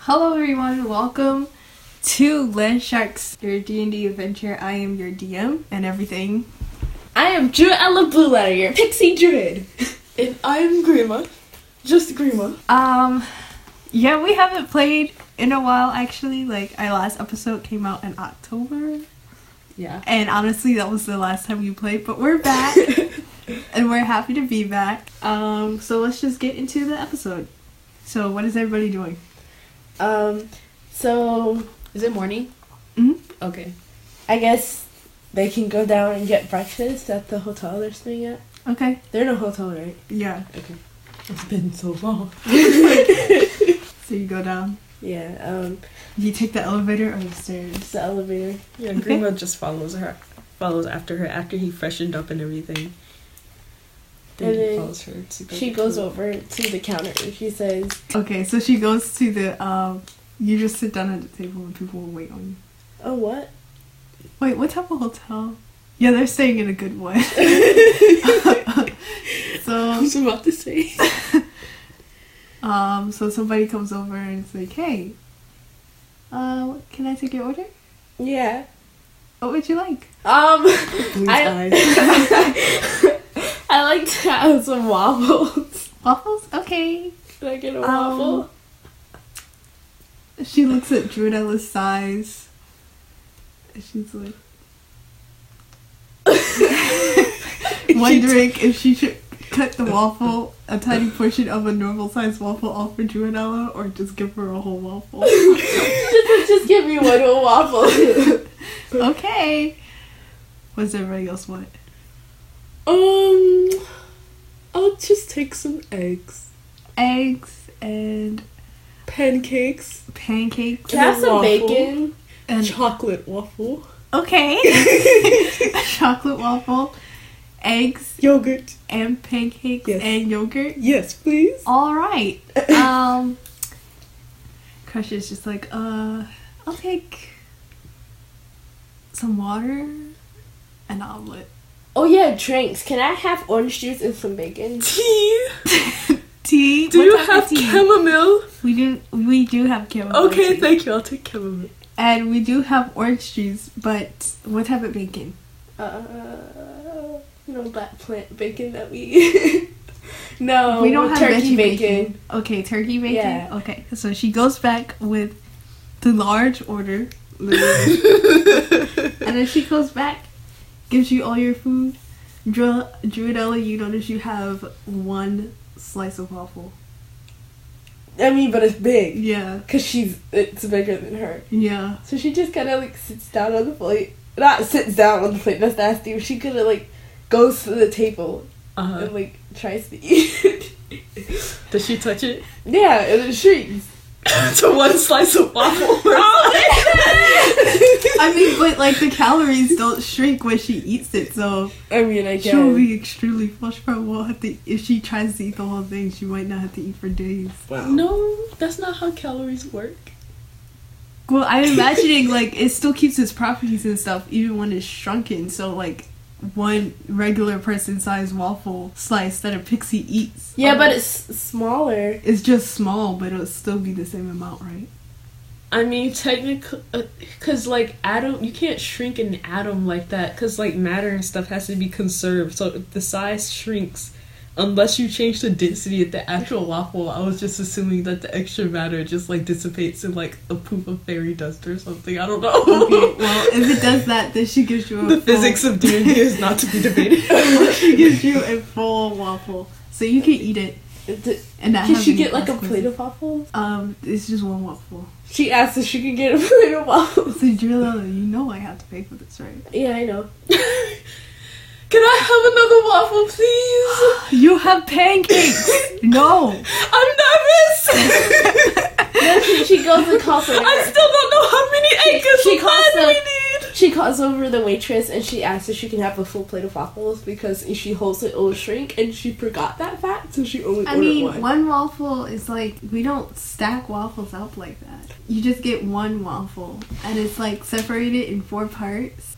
Hello everyone, welcome to Land Sharks, your D&D adventure. I am your DM and everything. I am Druid Ella Blue Letter, your pixie druid. And I'm Grima. Just Grima. Um, yeah, we haven't played in a while actually. Like, our last episode came out in October. Yeah. And honestly, that was the last time we played, but we're back. and we're happy to be back. Um, so let's just get into the episode. So, what is everybody doing? Um, so Is it morning? Mhm. Okay. I guess they can go down and get breakfast at the hotel they're staying at. Okay. They're in a hotel, right? Yeah. Okay. It's been so long. So you go down. Yeah, um, You take the elevator or the stairs? it's the elevator. Yeah, Grima just follows her, follows after her after he freshened up and everything. Then And he then follows her. To go She to goes the- over to the counter and she says, Okay, so she goes to the. Um, you just sit down at the table and people will wait on Oh, what? you. Wait, what type of hotel? Yeah, they're staying in a good one. so, was about to say. um, so somebody comes over and it's like, "Hey, uh, can I take your order? Yeah. What would you like?" Um, Blue's I- eyes. I like to have some waffles. Waffles? Okay. Can I get a Um, waffle? She looks at Druidella's size. And She's like wondering if she should cut the waffle, a tiny portion of a normal sized waffle off for Druidella or just give her a whole waffle. just, just give me one whole waffle. okay. What does everybody else want? Um, I'll just take some eggs, Eggs and pancakes, pancakes Can I have some Waffle. bacon? and chocolate waffle, Okay. a chocolate waffle, eggs yogurt. and pancakes Yes. and yogurt. Yes, please. All right. Um, Crush is just like, uh, I'll take some water, an omelet, Oh yeah, drinks. Can I have orange juice and some bacon? Tea. tea. Do What you type have of tea? chamomile? We do. We do have chamomile. Okay, tea. thank you. I'll take chamomile. and we do have orange juice, but what type of bacon? Uh, you know that plant bacon that we eat. Oh, no, we don't have turkey veggie bacon. Okay, turkey bacon. Yeah. Okay, so she goes back with the large order, literally. And then she comes back, gives you all your food. Dru- Druidella, you notice you have one slice of waffle. I mean, but it's big. Yeah, Cause she's it's bigger than her. yeah. So she just kind of like sits down on the plate. Not sits down on the plate. That's nasty. She kind of like goes to the table Uh, Uh-huh. and like tries to eat. does she touch it? yeah, and then shrieks. to one slice of waffle. Oh, I mean, but like the calories don't shrink when she eats it, so I mean, I she will guess. be extremely flushed. Probably will have to if she tries to eat the whole thing, she might not have to eat for days. no, that's not how calories work. Well, I'm imagining like it still keeps its properties and stuff even when it's shrunken. So like one regular person sized waffle slice that a pixie eats. Yeah, but it's smaller. It's just small, but it'll still be the same amount, right? I mean, technically, because like atom, you can't shrink an atom like that. Because like matter and stuff has to be conserved, so the size shrinks unless you change the density of the actual waffle. I was just assuming that the extra matter just like dissipates in like a poop of fairy dust or something. I don't know. Okay, well, if it does that, then she gives you a full, the physics of D and D is not to be debated. she gives you a full waffle, so you can eat it D- and not Can have she any get like a plate consequences. of waffles? Um, it's just one waffle. She asked if she could get a plate of waffles. So Drilla, you know I have to pay for this, right? Yeah, I know. Can I have another waffle, please? You have pancakes. no. I'm nervous. Then she, she goes and calls her. I still don't know how many acres she of calls land we the- need. She calls over the waitress and she asks if she can have a full plate of waffles because if she holds it, it'll shrink. And she forgot that fact, so she only I ordered mean, one. one waffle is like we don't stack waffles up like that. You just get one waffle, and it's like separated in four parts.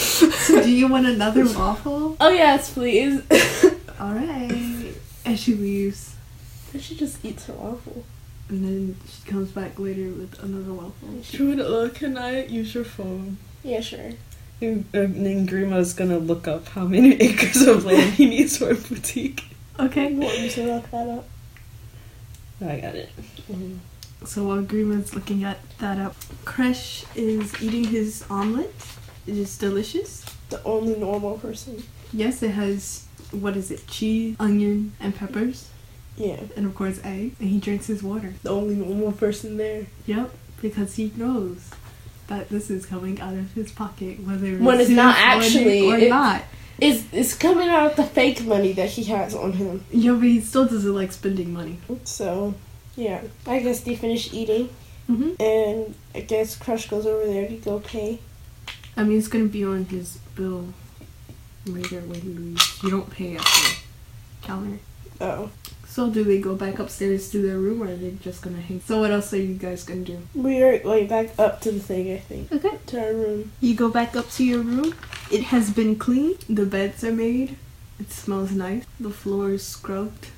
so do you want another waffle? Oh yes, please. All right. And she leaves. Then she just eats her waffle. and then she comes back later with another waffle. Trudel, uh, can I use your phone? Yeah, sure. And and then Grima's gonna look up how many acres of land he needs for a boutique. Okay. You want me to look that uh, up? I got it. So while Greenwood's looking at that up, Kresh is eating his omelet. It is delicious. The only normal person. Yes, it has what is it? Cheese, onion, and peppers, Yeah. and of course egg. And he drinks his water. The only normal person there. Yep, because he knows that this is coming out of his pocket, whether When it's not serious actually, or it- not. It's, it's coming out the fake money that he has on him. Yeah, but he still doesn't like spending money. So, yeah. I guess they finish eating, Mm-hmm. and I guess Crush goes over there to go pay. I mean, it's gonna be on his bill later when he leaves. You don't pay at the counter. Oh. So do they go back upstairs to their room or are they just gonna hang? So what else are you guys gonna do? We are going back up to the thing, I think. Okay. To our room. You go back up to your room. It has been cleaned. The beds are made. It smells nice. The floor is scrubbed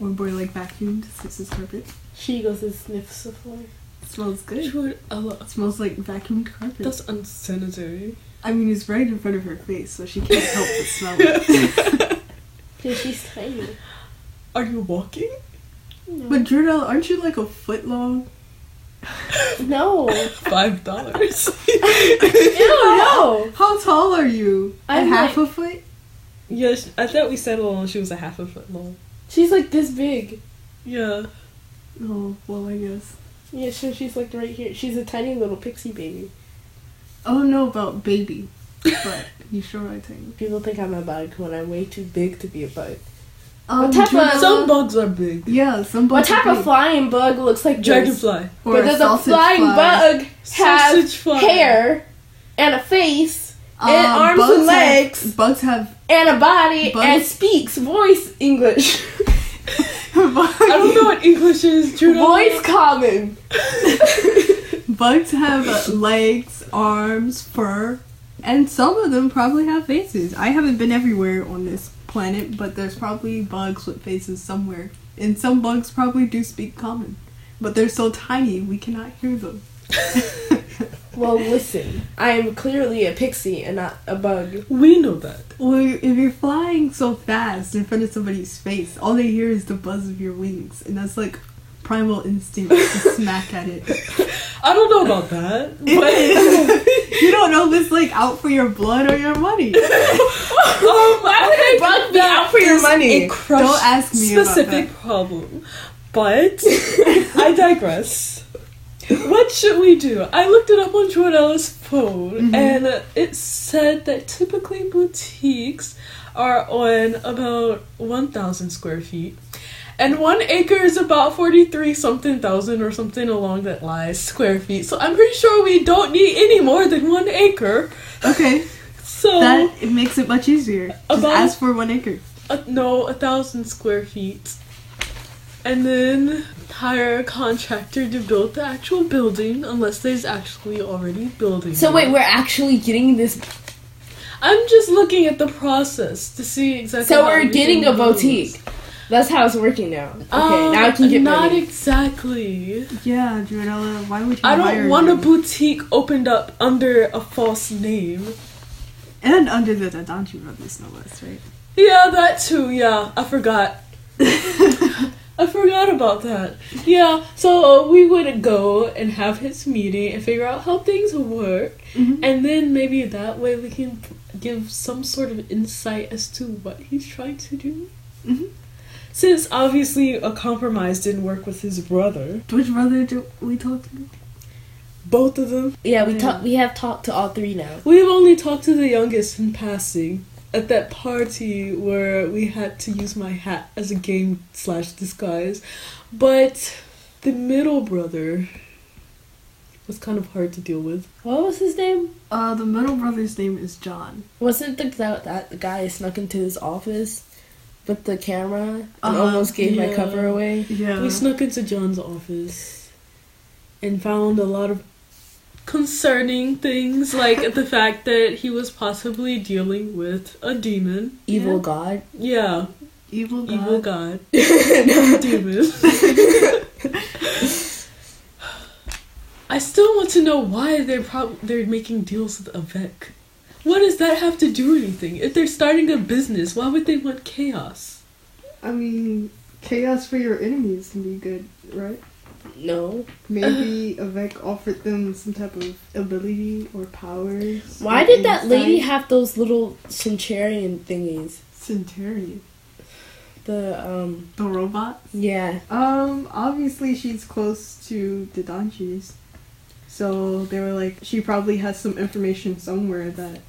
or more like vacuumed since it's carpet. She goes and sniffs the floor. It smells good. Trudel, It smells like vacuumed carpet. uh, that's unsanitary. I mean, it's right in front of her face, so she can't help but smell it. Because she's tiny. Are you walking? but Drudel, aren't you like a foot long? No. Ew, Five dollars. no. How tall are you? I'm a half a foot? yeah, sh- I thought we settled on she was a half a foot long. She's like this big. Yeah. Oh, well, I guess. Yeah, so she's like right here. She's a tiny little pixie baby. I don't know about baby, but you sure I think. People think I'm a bug when I'm way too big to be a bug. Um, What type of- dra- Some bugs are big. yeah, some bugs What type are of big. flying bug looks like this? Dragonfly. Or but does a sausage flying fly. bug have Sausage fly. hair and a face Um, and arms bugs and legs Have, bugs have. and a body Bugs- and speaks voice English? I don't know what English is. Trudel. voice common. bugs have uh, legs, arms, fur, and some of them probably have faces. I haven't been everywhere on this planet, but there's probably bugs with faces somewhere, and some bugs probably do speak common, but they're so tiny we cannot hear them. Well, listen, I am clearly a pixie and not a bug. We know that. Well, if you're flying so fast in front of somebody's face, all they hear is the buzz of your wings, and that's like primal instinct to smack at it. I don't know about that. you don't know this like out for your blood or your money. Oh, I think bug be out for your is money? A crush Don't ask me about specific that. problem. But I digress. What should we do? I looked it up on Jordalla's phone, Mm-hmm. and it said that typically boutiques are on about one thousand square feet, and one acre is about forty-three something thousand or something along that lies square feet. So I'm pretty sure we don't need any more than one acre. Okay, So that it makes it much easier. Just About- ask for one acre. Uh, no, a thousand square feet. And then hire a contractor to build the actual building, unless there's actually already building. So wait, there. we're actually getting this. I'm just looking at the process to see exactly. So how we're we getting can a do this. boutique. That's how it's working now. Okay, Um, now I can get not money. exactly. Yeah, Jorella, why would you? I don't hire want a them? boutique opened up under a false name. and under the Dadanchi brothers, no less, right? Yeah, that too. Yeah, I forgot. I forgot about that. Yeah, so uh, we would go and have his meeting and figure out how things work, Mm-hmm. and then maybe that way we can give some sort of insight as to what he's trying to do. Mhm. Since obviously a compromise didn't work with his brother, Which brother do we talk to? both of them. Yeah, we Mm. talk. We have talked to all three now. We've only talked to the youngest in passing at that party where we had to use my hat as a game slash disguise, but the middle brother was kind of hard to deal with. What was his name? Uh, the middle brother's name is John. Wasn't the that, that the guy snuck into his office with the camera and Uh-huh, almost gave my yeah. cover away? Yeah. We snuck into John's office and found a lot of concerning things, like the fact that he was possibly dealing with a demon. Evil Yeah. God. Yeah, Uh-huh. evil God. evil god, demon. I still want to know why they're prob- they're making deals with Avec. What does that have to do with anything? If they're starting a business, why would they want chaos? I mean, chaos for your enemies can be good, right? No. Maybe Avec offered them some type of ability or powers. Why or did that lady insight. have those little centurion thingies? Centurion? The um The robot? yeah. Um, obviously she's close to the Danchis. So they were like, she probably has some information somewhere that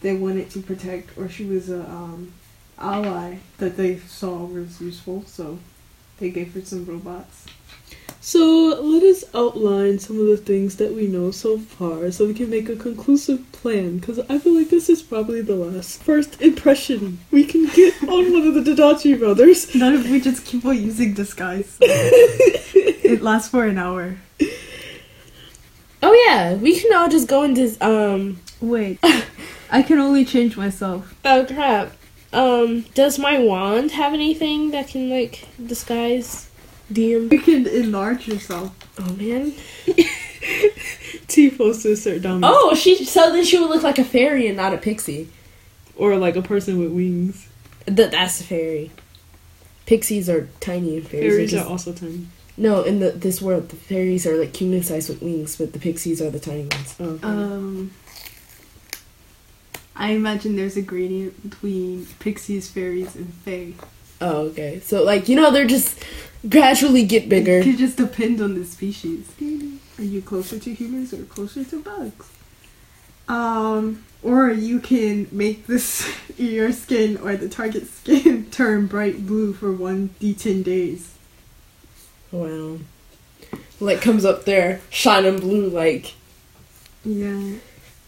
they wanted to protect, or she was a um, ally that they saw was useful, so they gave her some robots. So let us outline some of the things that we know so far, so we can make a conclusive plan. Because I feel like this is probably the last first impression we can get on one of the Dadachi brothers. Not if we just keep on using disguise. it lasts for an hour. Oh yeah, we can all just go into um Wait, I can only change myself. oh crap. Um does my wand have anything that can like disguise DM You can enlarge yourself. Oh man. Tifos to assert dominance, Oh, she so then she would look like a fairy and not a pixie. or like a person with wings. Th- that's a fairy. Pixies are tiny and fairies, Fairies are just- are also tiny. No, in the this world the fairies are like human sized with wings, but the pixies are the tiny ones. Okay. Um, I imagine there's a gradient between pixies, fairies, and fae. Oh, okay. So like, you know, they're just gradually get bigger. It could just depend on the species. Are you closer to humans or closer to bugs? Um, or you can make this your skin or the target skin turn bright blue for one d10 days. Wow. Like comes up there, shining blue like Yeah.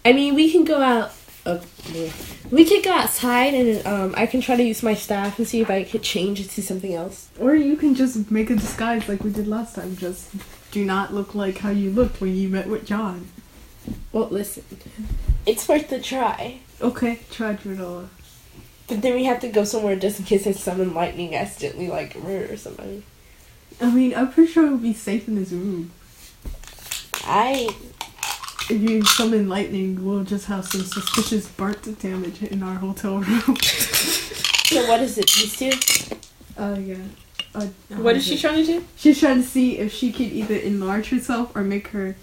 I mean, we can go out. Oh, boy. we could go outside, and um, I can try to use my staff and see if I could change it to something else. Or you can just make a disguise like we did last time. Just do not look like how you looked when you met with John. Well, listen. It's worth a try. Okay, try Dranola. But then we have to go somewhere just in case I summon lightning accidentally, like murder somebody. I mean, I'm pretty sure it would be safe in this room. I If you summon lightning, we'll just have some suspicious burnt damage in our hotel room. so what is it? These two? Oh, yeah. Uh, what is she trying to do? She's trying to see if she could either enlarge herself or make her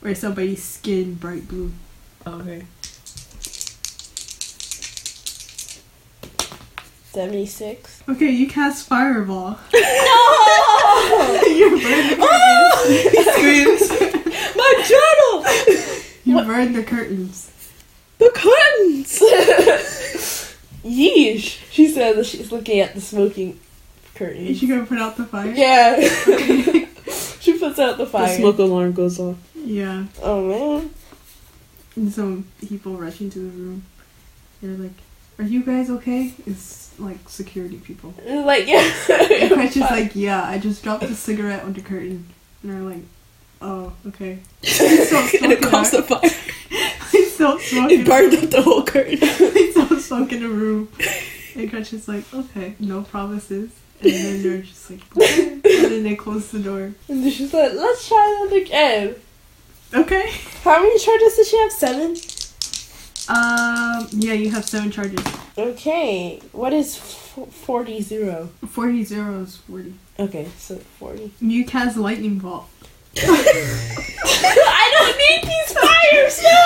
or somebody's skin bright blue. Okay. Seventy six. Okay, you cast fireball. No! Oh. you burn the curtains. He screams. My journal! You burn the curtains. The curtains! Yeesh! She said that she's looking at the smoking curtain. Is she gonna put out the fire? Yeah. she puts out the fire. The smoke alarm goes off. Yeah. Oh man. And some people rush into the room. They're like, Are you guys okay? It's like security people. Like yeah. And Cratch is like, yeah, I just dropped a cigarette on the curtain. And they're like, oh, okay. Please don't smoke in our- fire. please don't smoke in- up the whole curtain. please don't smoke in the room. And Cratch is like, okay, no promises. And then they're just like, okay. and then they close the door. And then she's like, let's try that again. Okay. How many charges does she have? Seven? Um, yeah, you have seven charges. Okay. What is f- 40 zero? 40 0 is 40. Okay, so 40. You cast lightning bolt. I don't need these fires! No!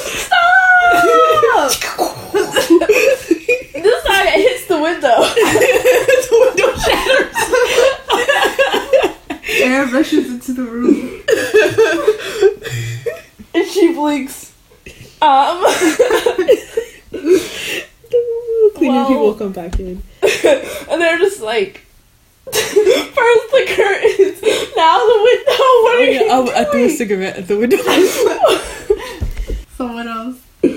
Stop! this time it hits the window. the window shatters. Air rushes into the room. and she blinks. Um. Cleaning Wow. people come back in. and they're just like. First the curtains, now the window. What oh, are you doing? cigarette at the window. So what else?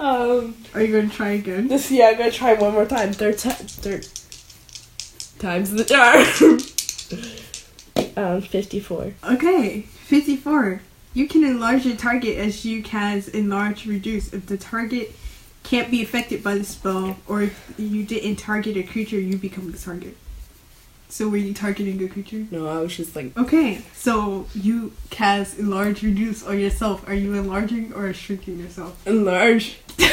Um, Are you gonna try again? this yeah, I'm gonna try one more time. Third time, third times the jar. um, fifty-four. Okay, 54. You can enlarge your target as you can enlarge reduce. If the target can't be affected by the spell, or if you didn't target a creature, you become the target. So were you targeting a creature? No, I was just like, Okay, so you cast enlarge, reduce, or yourself. Are you enlarging or shrinking yourself? enlarge. She's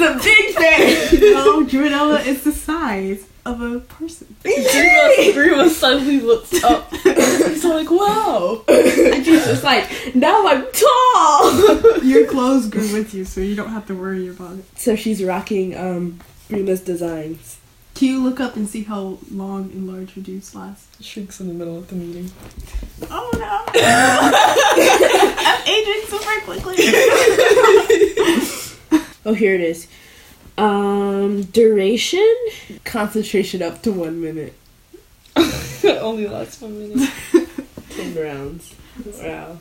a big thing. no, Druidella is the size of a person. Grima suddenly looks up. He's like, wow. And she's just like, now I'm tall. Your clothes grew with you, so you don't have to worry about it. So she's rocking um Brima's designs. Can you look up and see how long enlarge, reduce lasts? Shrinks in the middle of the meeting. Oh no! I'm aging super quickly. Oh, here it is. Um, duration, concentration up to one minute, Only lasts one minute. ten rounds. Wow.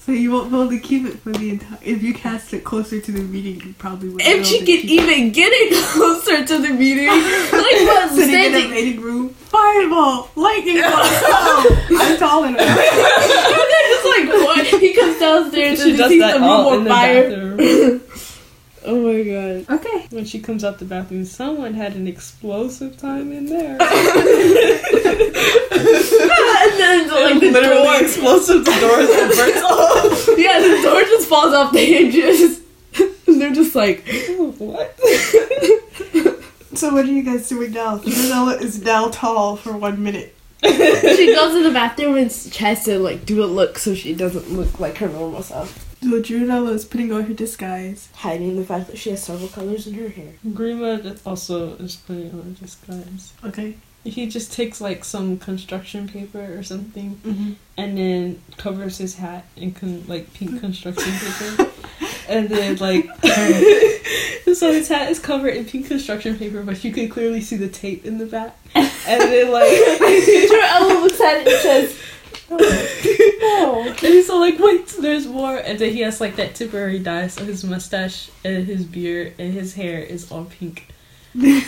So you won't be able to keep it for the entire. If you cast it closer to the meeting, you probably would. If she can even get it closer to the meeting, like what sitting in a standing. meeting room, fireball, lightning bolt. Oh, I'm tall enough. It's like what? He comes downstairs She and he does sees that the room all in on the fire. bathroom. Oh my god. Okay. When she comes out the bathroom, someone had an explosive time in there. and then like the Literally door. explosive the doors that burst off. Yeah, the door just falls off the hinges. And they're just like, What? So what are you guys doing now? Janella is now tall for one minute. she goes to the bathroom and tries to like do a look so she doesn't look like her normal self. So Janella is putting on her disguise. Hiding the fact that she has several colors in her hair. Grima also is putting on a disguise. Okay. He just takes like some construction paper or something Mm-hmm. and then covers his hat in con- like pink construction paper. and then like so his hat is covered in pink construction paper, but you can clearly see the tape in the back. And then like Her elbow looks at it and says, no, "Oh." no. And he's all like, wait, there's more. And then he has like that temporary dye, so his mustache and his beard and his hair is all pink. She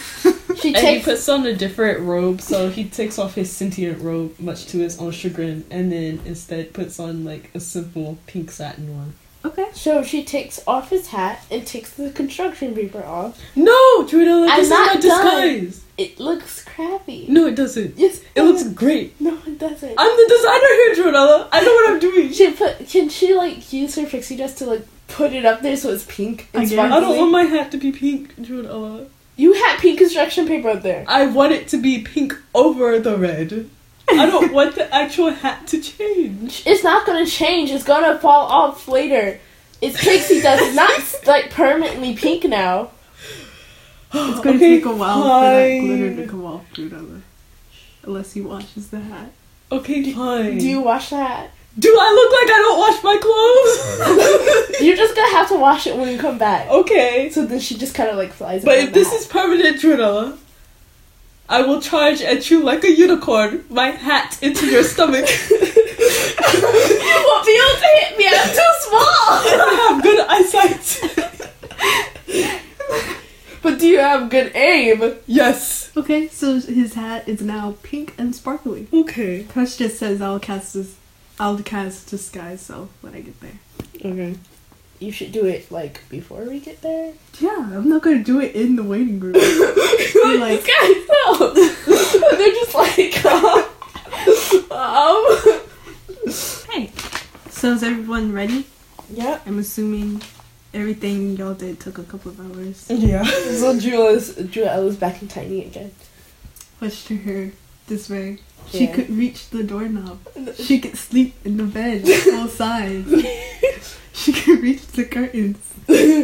And he takes puts on a different robe, so he takes off his sentient robe, much to his own chagrin, and then instead puts on like a simple pink satin one. Okay. So she takes off his hat and takes the construction paper off. No, Trudel, I'm this is not not done. disguise. It looks crappy. No, it doesn't. Yes, It looks great. No, it doesn't. I'm the designer here, Trudella. I know what I'm doing. She put. Can she like use her pixie dust to like put it up there so it's pink and I guess. I sparkly? don't want my hat to be pink, Trudella. you had pink construction paper up there. I want it to be pink over the red. I don't want the actual hat to change. It's not gonna change. It's gonna fall off later. It's pixie dust. It's not like permanently pink now. It's going Okay, to take a while for that glitter fine. to come off Janella, unless he washes the hat. Okay, fine. Do you wash that? Do I look like I don't wash my clothes? You're just gonna have to wash it when you come back. okay. So then she just kind of like flies. But around if this the is permanent, Trudella, I will charge at you like a unicorn, my hat into your stomach. hat. you won't be able to hit me. I'm too small. I have good eyesight. But do you have good aim? Yes. Okay, so his hat is now pink and sparkly. Okay. Crush just says I'll cast this I'll cast disguise so when I get there. okay. You should do it like before we get there. Yeah, I'm not gonna do it in the waiting room. Be like, guys, no. They're just like, um, um. hey. So is everyone ready? Yeah. I'm assuming everything y'all did took a couple of hours. Yeah. So Jewel's Jewel's back in tiny again. Pushed to her this way. She Yeah. could reach the doorknob. She could sleep in the bed, both sides. she could reach the curtains.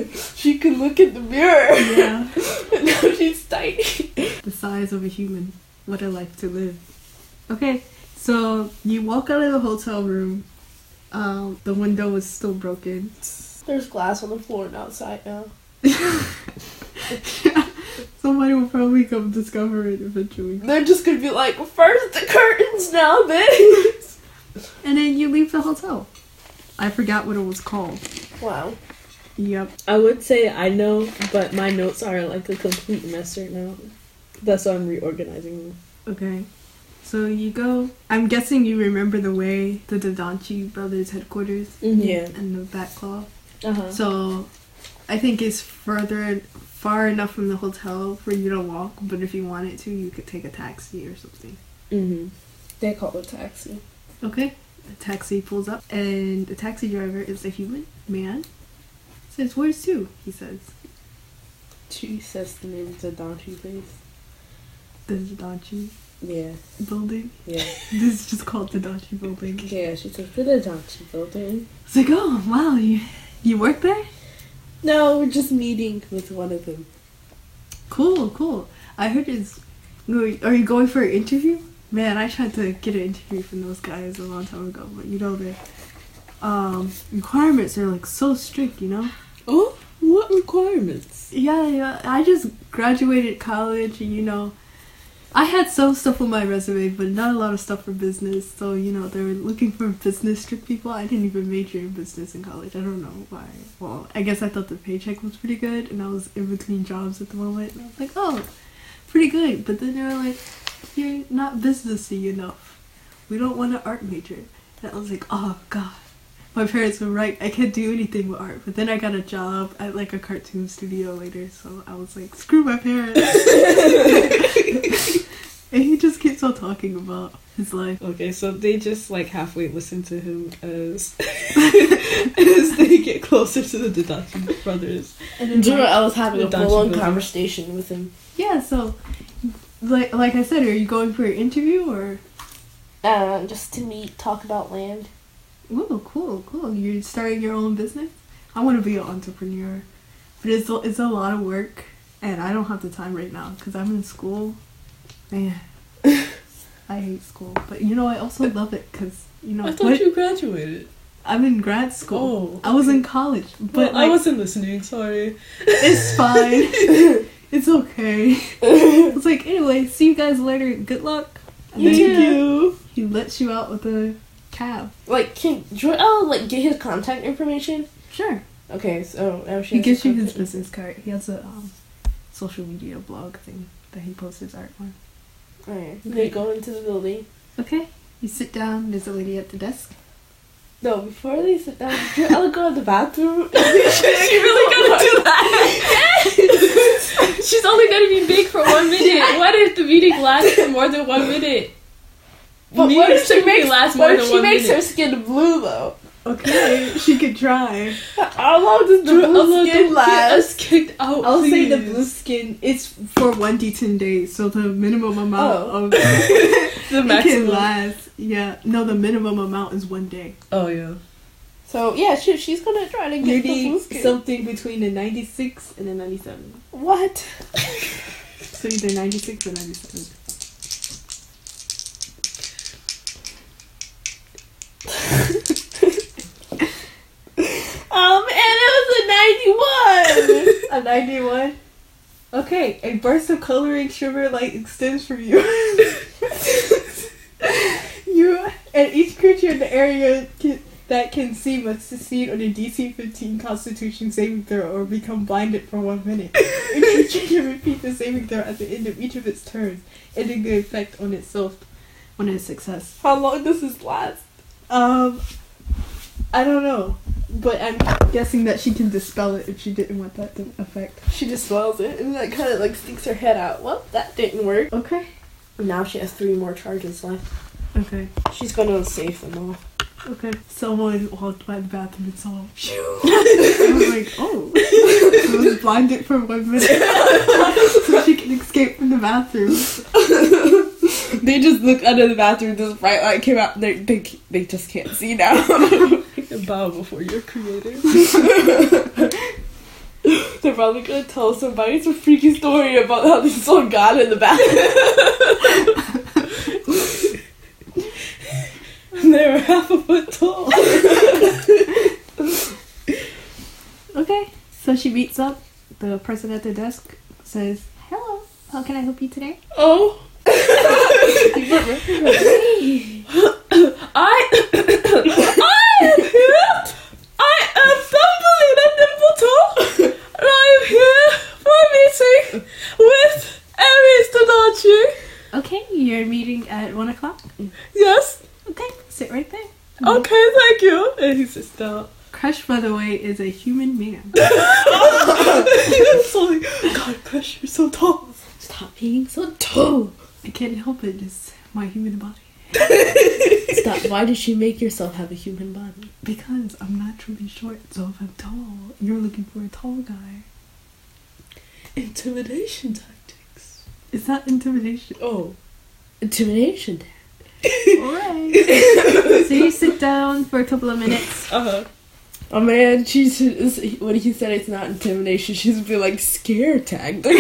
She could look in the mirror. Yeah. now she's tiny. the size of a human. What a life to live. Okay, so you walk out of the hotel room. Um, the window is still broken. There's glass on the floor and outside now. Somebody will probably come discover it eventually. They're just gonna be like, first the curtains, now this. And then you leave the hotel. I forgot what it was called. Wow. Yep. I would say I know, but my notes are like a complete mess right now. That's why I'm reorganizing them. Okay. So you go. I'm guessing you remember the way to the Dodonchi brothers' headquarters Mm-hmm. Mm-hmm. Yeah. Uh-huh. and the Batclaw. Uh huh. So I think it's further far enough from the hotel for you to walk, but if you wanted to, you could take a taxi or something. Mm-hmm. They call a taxi. Okay. A taxi pulls up, and the taxi driver is a human man. Says, "Where's two? He says, Jesus, the name of the Dante place. "This is the Dachi Yeah, building. yeah, This is just called the Dachi building." yeah. She took to the Dante building. It's like, "Oh wow, you you work there? No, we're just meeting with one of them. Cool, cool. I heard it's. Are you going for an interview? Man, I tried to get an interview from those guys a long time ago, but you know the um, requirements are like so strict, you know." Oh, what requirements? Yeah, yeah. I just graduated college, and you know, I had some stuff on my resume, but not a lot of stuff for business. So you know, they were looking for business strict people. I didn't even major in business in college. I don't know why. Well, I guess I thought the paycheck was pretty good, and I was in between jobs at the moment. And I was like, oh, pretty good. But then they were like, you're not businessy enough. We don't want an art major. And I was like, oh god. My parents were right. I can't do anything with art. But then I got a job at like a cartoon studio later, so I was like, screw my parents. and he just keeps on talking about his life. Okay, so they just like halfway listen to him as as they get closer to the Deduction brothers. And then, Dora, like, I was having a The Dante full-on building. conversation with him. yeah, so like like I said, are you going for an interview or? Uh, just to meet, talk about land. Ooh, cool, cool. You're starting your own business. I want to be an entrepreneur, but it's a- it's a lot of work, and I don't have the time right now because I'm in school. Man, I hate school, but you know I also love it because you know I thought what- you graduated. I'm in grad school. Oh, I was in college, but But I like, wasn't listening. Sorry. it's fine. it's okay. it's like anyway. See you guys later. Good luck. And Thank then you. He lets you out with a cab. Like, can Joel oh, like get his contact information? Sure. Okay, so oh, now she He has gives you his contact- business card. He has a um, social media blog thing that he posts his art on. Alright, they go into the building. Okay. You sit down. There's a lady at the desk. No, before they sit down, Oh, I'll go to the bathroom. she really gotta do that. She's only gonna be big for one minute. What if the meeting lasts for more than one minute? But what Meetings if she typically makes, last more what if than she one makes her minute. skin blue though? Okay. she could try. How long does the Although blue don't skin get us last? kicked out. I'll say the please. blue skin. It's for one to ten days, so the minimum amount Oh. of The It can maximum. last. Yeah. No, the minimum amount is one day. Oh yeah. So yeah, she, she's gonna try to You get the blue need skin. something between the 96 and the 97. what? So either 96 or 97. Um, and it was a A ninety-one. 91? Okay, a burst of coloring shimmer light extends from you. you and each creature in the area can, that can see must succeed on a DC 15 Constitution saving throw or become blinded for one minute. Each creature can repeat the saving throw at the end of each of its turns, ending the effect on itself when it's success. How long does this last? Um, I don't know, but I'm guessing that she can dispel it if she didn't want that to affect. She just swallows it and like kind of like sticks her head out. Well, that didn't work. Okay. Now she has three more charges left. Okay. She's gonna save them all. Okay. Someone walked by the bathroom and saw. Phew. I was like, oh. I was blinded for one minute, so she can escape from the bathroom. They just look under the bathroom. This bright light came out. They they they just can't see now. Bow before you're creative. They're probably gonna tell somebody it's a freaky story about how they saw God in the bathroom. they were half a foot tall. Okay. So she meets up. The person at the desk says, "Hello. How can I help you today?" Oh. I. I. I am fumbling at the bottle. And I am here for a meeting with Aries Donachi. Okay. You're meeting at one o'clock. Yes. Okay. Sit right there. Mm. Okay, thank you. And he sits down. Crush, by the way, is a human man. it's like, God, Crush, you're so tall. Stop being so tall. I can't help it. It's my human body. Stop. Why did you make yourself have a human body? Because I'm not truly short, so if I'm tall, you're looking for a tall guy. Intimidation tactics. It's not intimidation. Oh. Intimidation. Alright. so you sit down for a couple of minutes. Uh huh. Oh man, she's is- when he said it's not intimidation, she's been like scare tag.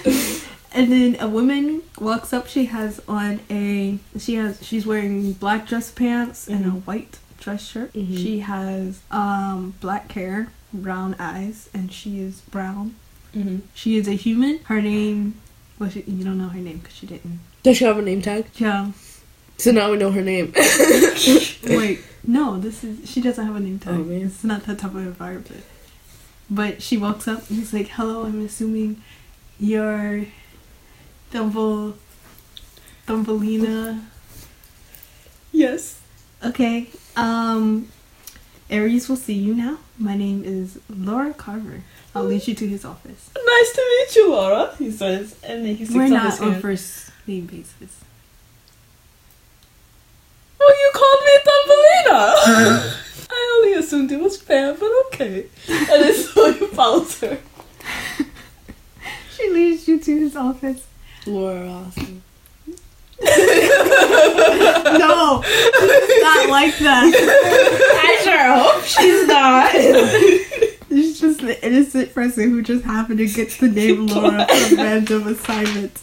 Mm-hmm. And then a woman walks up. She has on a she has she's wearing black dress pants and a white dress shirt. Mhm. She has um black hair, brown eyes, and she is brown. Mm-hmm. She is a human. Her name, well, she, you don't know her name because she didn't. Does she have a name tag? Yeah. So now we know her name. Wait, no, this is she doesn't have a name tag. Oh, man. It's not that type of environment. But she walks up and he's like, "Hello, I'm assuming you're Thumble, Thumbelina." Yes. Okay, um, Aries will see you now. My name is Laura Carver. I'll lead you to his office. Nice to meet you, Laura, he says. And then he sticks We're out not his on hand. first name basis. Well, you called me Thumbelina! I only assumed it was Pam, but okay. And then so he follows her. She leads you to his office. Laura Austin. No, it's not like that. I sure hope she's not. She's just an innocent person who just happened to get the name Laura from random assignments.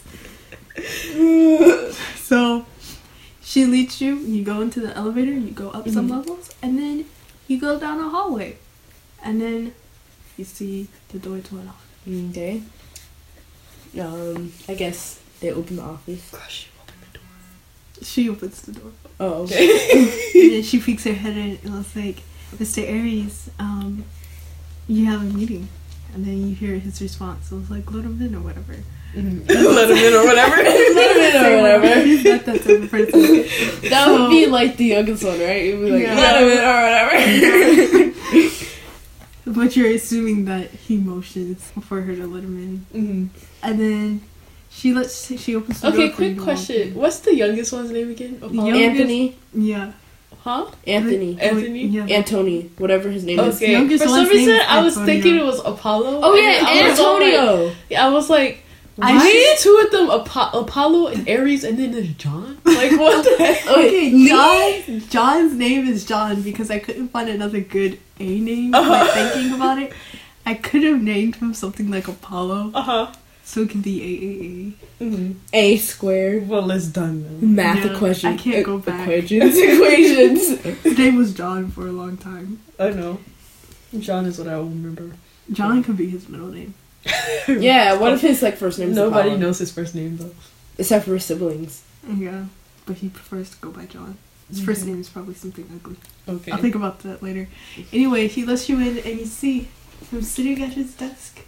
so she leads you, you go into the elevator, you go up some levels, and then you go down a hallway. And then you see the door to an office. okay. Um, I guess they open the office. Crush, open the door. She opens the door. Oh, and then she peeks her head in and looks like, Mr. Aries, um, you have a meeting. And then you hear his response. It was like, let him in or whatever. Let him in or whatever. or whatever. He's not that type of person. That would be like the youngest one, right? It would be like Yeah. "Let him in or whatever. But you're assuming that he motions for her to let him in, Mm-hmm. hmm and then she lets she opens the door. Okay, for you quick to walk question. in. What's the youngest one's name again? Apollo? Young- Anthony, Yeah, Huh? Anthony, Anthony? Yeah. Antony, whatever his name is. Okay. youngest For some one's name reason, is I was Antonio. thinking it was Apollo. Oh yeah, And I was all like- Antonio. Yeah, I was like, I why is two of them Apo- Apollo and Aries, and then there's John? Like, what the heck? Oh, Okay, Lee- John. John's name is John because I couldn't find another good A name. Uh-huh. Like thinking about it, I could have named him something like Apollo, Uh huh. so it can be hmm A squared. Well, it's done now. Math Yeah, equation. I can't go e- back. Equations. equations. AAA. His name was John for a long time. I know. John is what I will remember. John could be his middle name. Yeah, what if his like first name is Nobody Apollo? knows his first name though. Except for his siblings. Yeah, but he prefers to go by John. His first name is probably something ugly. Okay. I'll think about that later. Anyway, he lets you in and you see him sitting at his desk,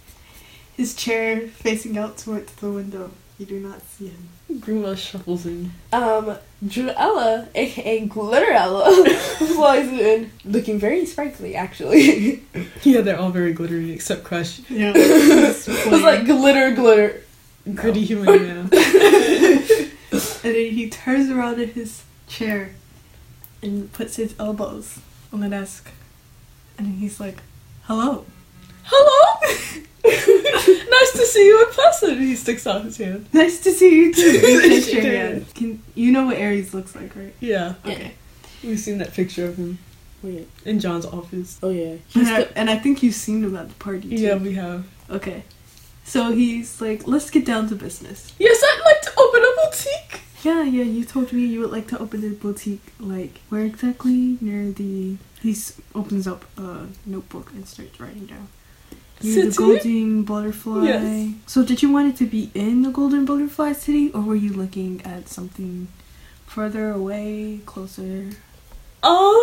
his chair facing out towards the window. You do not see him. Greenwell shuffles in. Um, Joella, aka Glitterella, flies in, looking very sparkly, actually. Yeah, they're all very glittery except Crush. Yeah. it was like glitter, glitter. Gritty human man. and then he turns around in his chair and puts his elbows on the desk. And he's like, hello. Hello! nice to see you in person! He sticks out his hand. Nice to see you too. He shakes She your did. hand. Can, you know what Aries looks like, right? Yeah. Yeah. Okay. We've seen that picture of him Oh, Wait. in John's office. Oh yeah. And He's Uh-huh. I, the- and I think you've seen him at the party too. Yeah, we have. Okay. So he's like, let's get down to business. Yes, I'd like to open a boutique! Yeah, yeah, you told me you would like to open a boutique. Like, where exactly? Near the. He s- opens up a notebook and starts writing down. Near the City? Golden Butterfly. Yes. So, did you want it to be in the Golden Butterfly City, or were you looking at something further away, closer? Um.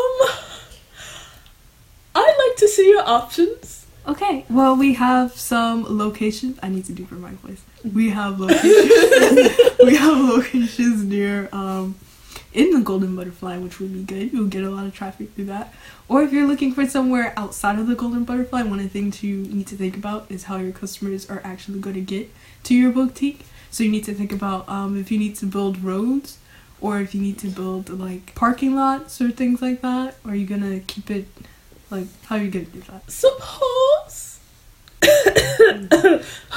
I'd like to see your options. Okay, well, we have some locations. I need to do for my voice. We have locations. we have locations near um, in the Golden Butterfly, which would be good. You'll get a lot of traffic through that. Or if you're looking for somewhere outside of the Golden Butterfly, one of the things you need to think about is how your customers are actually going to get to your boutique. So you need to think about um, if you need to build roads or if you need to build like parking lots or things like that. Or are you going to keep it like, how are you going to do that? Suppose.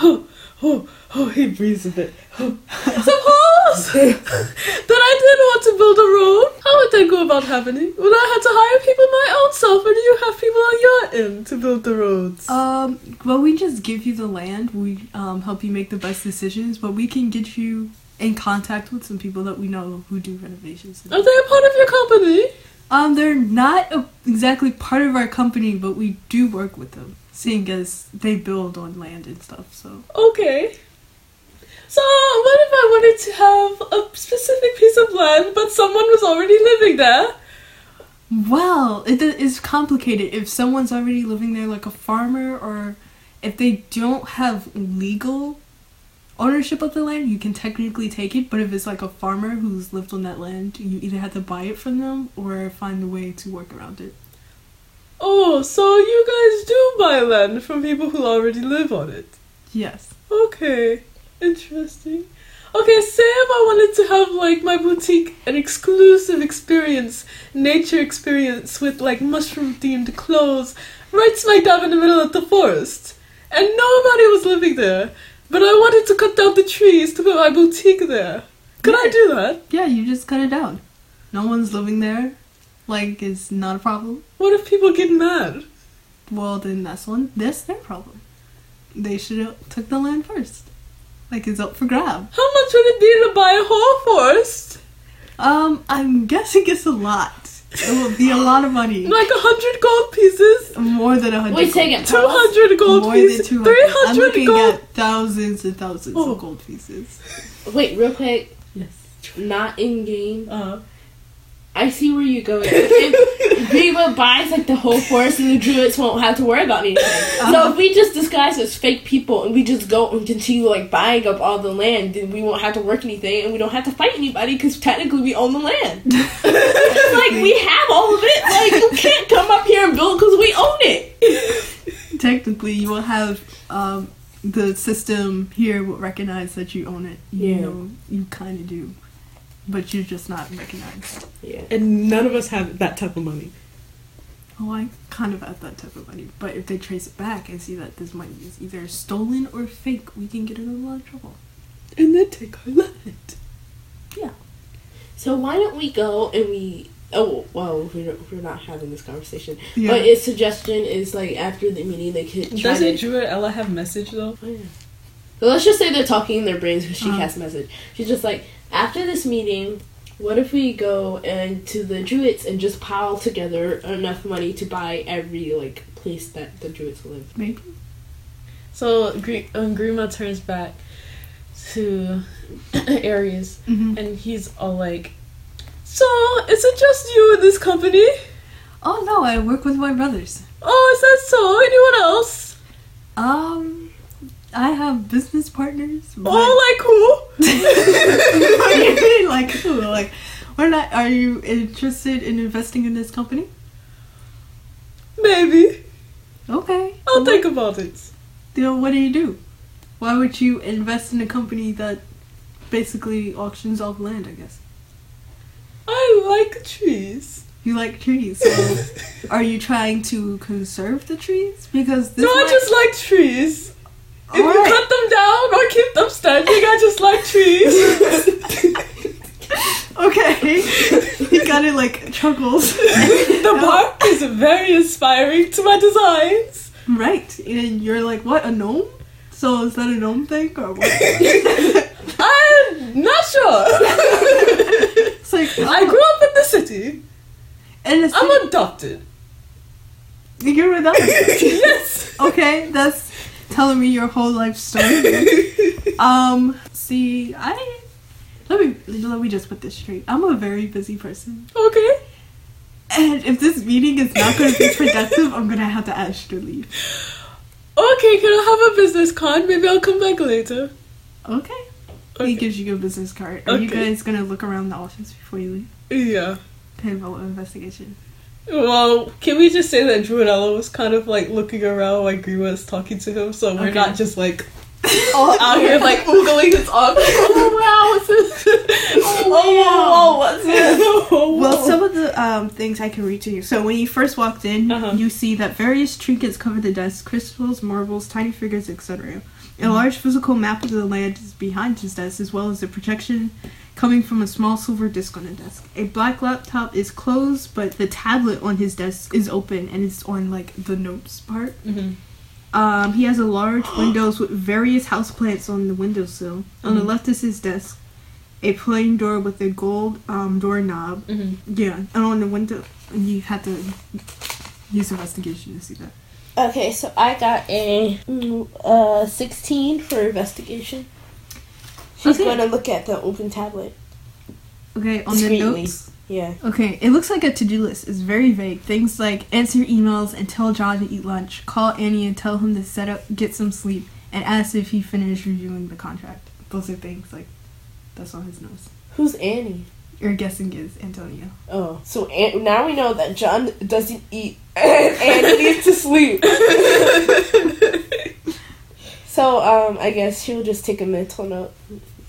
oh, oh, oh, he breathes a bit. Oh. Suppose that I did want to build a road. How would that go about happening? Would I have to hire people my own self, or do you have people on your end to build the roads? Um, well, we just give you the land. We um, help you make the best decisions, but we can get you in contact with some people that we know who do renovations. Are they a part of your company? Um, they're not a, exactly part of our company, but we do work with them, seeing as they build on land and stuff. So Okay. So, what if I wanted to have a specific piece of land, but someone was already living there? Well, it is complicated if someone's already living there, like a farmer, or if they don't have legal ownership of the land, you can technically take it. But if it's like a farmer who's lived on that land, you either have to buy it from them or find a way to work around it. Oh, so you guys do buy land from people who already live on it. Yes. Okay, interesting. Okay, say if I wanted to have like my boutique an exclusive experience, nature experience with like mushroom themed clothes, right smack dab in the middle of the forest, and nobody was living there, but I wanted to cut down the trees to put my boutique there. Could I do that? Yeah, you just cut it down. No one's living there. Like, it's not a problem. What if people get mad? Well, then that's one. That's their problem. They should have took the land first. Like, it's up for grab. How much would it be to buy a whole forest? Um, I'm guessing it's a lot. It will be a lot of money. Like a hundred gold pieces? More than a hundred. Wait a second. gold- Two hundred gold More than pieces? two Three I'm hundred looking gold at thousands and thousands Oh. of gold pieces. Wait, real quick. Yes. Not in game. Uh, I see where you're going. If Viva buys like the whole forest, and the druids won't have to worry about anything. So if we just disguise as fake people and we just go and continue like buying up all the land, then we won't have to work anything and we don't have to fight anybody because technically we own the land. It's like we have all of it. Like you can't come up here and build because we own it. Technically, you will have um, the system here will recognize that you own it. You Yeah. know, you kind of do, but you're just not recognized. Yeah. and none of us have that type of money. Oh, I kind of have that type of money, but if they trace it back and see that this money is either stolen or fake, we can get in a lot of trouble. And then take our land. So why don't we go and we? Oh well, we're, we're not having this conversation. Yeah. But its suggestion is like after the meeting they could. Try Doesn't to, Drew and Ella have message though? Oh, yeah. So let's just say they're talking in their brains because she Uh-huh. casts message. She's just like, after this meeting, what if we go and to the druids and just pile together enough money to buy every like place that the druids live? Maybe. So Gre- um, Grima turns back to Aries, Mm-hmm. and he's all like, "So is it just you in this company? Oh no, I work with my brothers. Oh, is that so? Anyone else? Um, I have business partners. but- Oh, like What do you mean, like, who? like, we're not. Are you interested in investing in this company? who? Maybe. Okay. I'll think about it." You know, what do you do? Why would you invest in a company that basically auctions off land? I guess I like trees. you like trees. So are you trying to conserve the trees? Because this no, I might- just like trees. If you Alright. cut them down or keep them standing, I just like trees. okay. he kind of like chuckles. the bark is very inspiring to my designs. right, and you're like, what a gnome? So is that a gnome thing or what? I'm not sure. It's like oh, I grew up in the city. and it's I'm adopted. you're without. it. yes. okay, that's telling me your whole life story. um, see, I let me let me just put this straight. I'm a very busy person, Okay. and if this meeting is not going to be productive, I'm gonna have to ask you to leave. Okay, can I have a business card? Maybe I'll come back later. Okay. He Okay. gives you a business card. Are you Okay. guys gonna look around the office before you leave? Yeah. Pinball investigation. Well, can we just say that Druidella was kind of like looking around while Green was talking to him, so we're Okay. not just like all out here like oogling his arm. oh wow, what's this? oh, wow, what's this? Oh, Well, wow. some of the um, things I can read to you. So when you first walked in, Uh-huh. you see that various trinkets cover the desk: crystals, marbles, tiny figures, etc. A large physical map of the land is behind his desk, as well as the projection coming from a small silver disc on the desk. A black laptop is closed, but the tablet on his desk is open, and it's on like the notes part. Mhm. Um, he has a large windows with various houseplants on the windowsill. On the Mhm. left is his desk, a plain door with a gold um, doorknob. Mhm. Yeah, and on the window, you had to use investigation to see that. Okay, so I got a mm, uh, 16 for investigation. She's Okay. going to look at the open tablet. Okay, on the Discreetly. notes. Yeah. Okay, it looks like a to do list. It's very vague. Things like answer emails and tell John to eat lunch, call Annie and tell him to set up, get some sleep, and ask if he finished reviewing the contract. Those are things like that's on his notes. Who's Annie? Your guessing is Antonio. Oh, so An- now we know that John doesn't eat and Annie needs to sleep. so um, I guess she'll just take a mental note.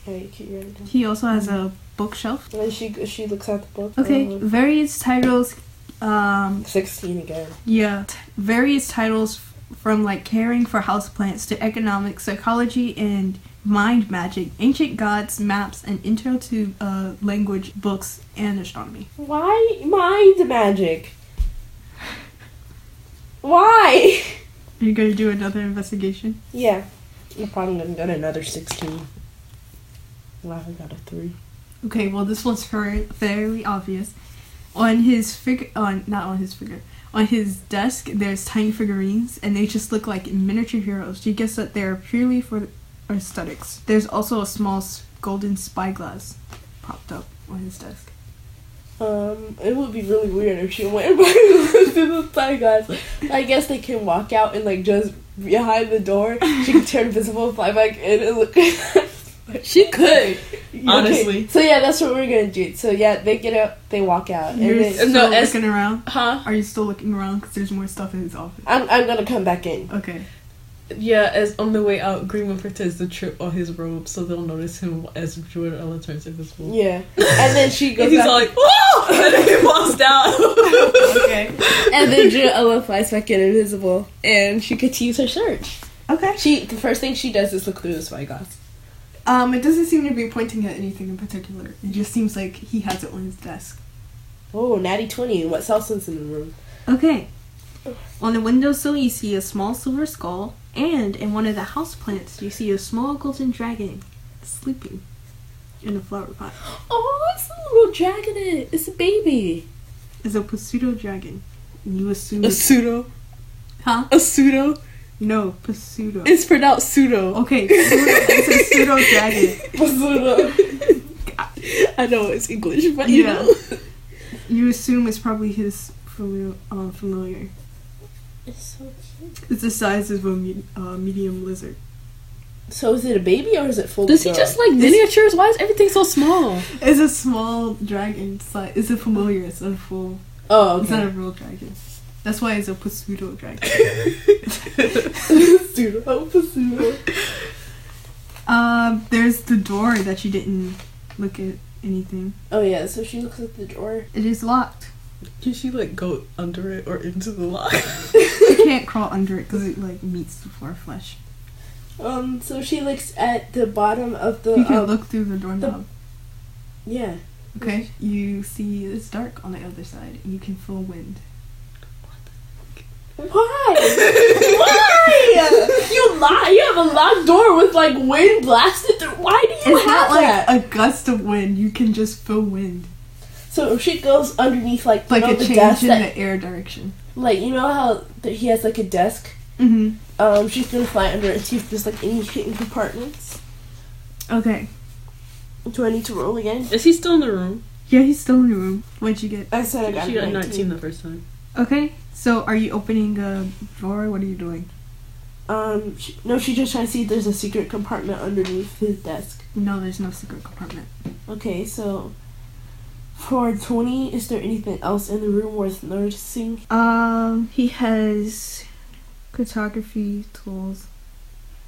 Okay, keep writing down. He also has a bookshelf. And then she she looks at the book. Okay, Um, various titles. Um, 16 again. yeah, t- various titles f- from like caring for houseplants to economics, psychology, and mind magic, ancient gods, maps, and intro to uh, language books and astronomy. Why mind magic? Why? Are you gonna do another investigation? Yeah. I'm probably gonna get another 16. Wow, I got a 3. Okay, well this one's very fairly obvious. On his figure, on not on his figure, on his desk there's tiny figurines, and they just look like miniature heroes. You guess that they're purely for aesthetics. There's also a small s- golden spyglass propped up on his desk. Um, it would be really weird if she went by to the spy guys. I guess they can walk out and like just behind the door. She can turn visible, fly back in, and look. she could. Honestly. Okay, So yeah, that's what we're gonna do. So yeah, they get out, they walk out, and You're then still No, as- looking around. Huh? Are you still looking around? Because there's more stuff in his office. I'm I'm gonna come back in. Okay. Yeah, as on the way out, Greenwood pretends to trip on his robe so they'll notice him as Jordan Ella turns invisible. Yeah, and then she goes. And he's back- all like, "Whoa!" and then he walks down. Okay. And then Ella flies back in invisible, and she continues her search. okay. She the first thing she does is look through the spyglass. Um, it doesn't seem to be pointing at anything in particular. It just seems like he has it on his desk. Oh, natty twenty! What else is in the room? Okay. On the windowsill, you see a small silver skull, and in one of the houseplants, you see a small golden dragon sleeping in a flower pot. Oh, it's a little dragon! in it. It's a baby. It's a pseudo dragon. You assume. a pseudo. huh? A pseudo. No, pseudo. It's pronounced pseudo. Okay, pseudo, it's a pseudo dragon. I know it's English, but you you Yeah. know. know. You assume it's probably his familiar. Um, familiar. It's so cute. It's the size of a me- uh, medium lizard. So is it a baby or is it full? Does he grown? just like miniatures? Why is everything so small? It's a small dragon. Size. It's a familiar. It's not a full. Oh, It's not okay. a real dragon. That's why it's a pseudo dragon. Pseudo- oh, pseudo. Um, there's the door that you didn't look at anything. Oh yeah. So she looks at the drawer. It is locked. Can she like go under it or into the lock? You can't crawl under it because it like meets the floor flush. Um. So she looks at the bottom of the. You can um, look through the doorknob. Yeah. Okay. You see it's dark on the other side, and you can feel wind. Why? Why? You lie. You have a locked door with like wind blasted through. Why do you It's not have like that? a gust of wind. You can just feel wind, so she goes underneath like like you know, a the change desk in that, the air direction. like you know how th- he has like a desk. Mm-hmm. Um, she's gonna fly under it and see if there's like any hidden compartments. Okay. Do I need to roll again? Is he still in the room? Yeah, he's still in the room. What'd you get? I said I got, She a got 19. 19 the first time. Okay. So, are you opening a drawer? What are you doing? Um, she, no, she just trying to see if there's a secret compartment underneath his desk. No, there's no secret compartment. Okay, so For 20, is there anything else in the room worth noticing? Um, he has cartography tools,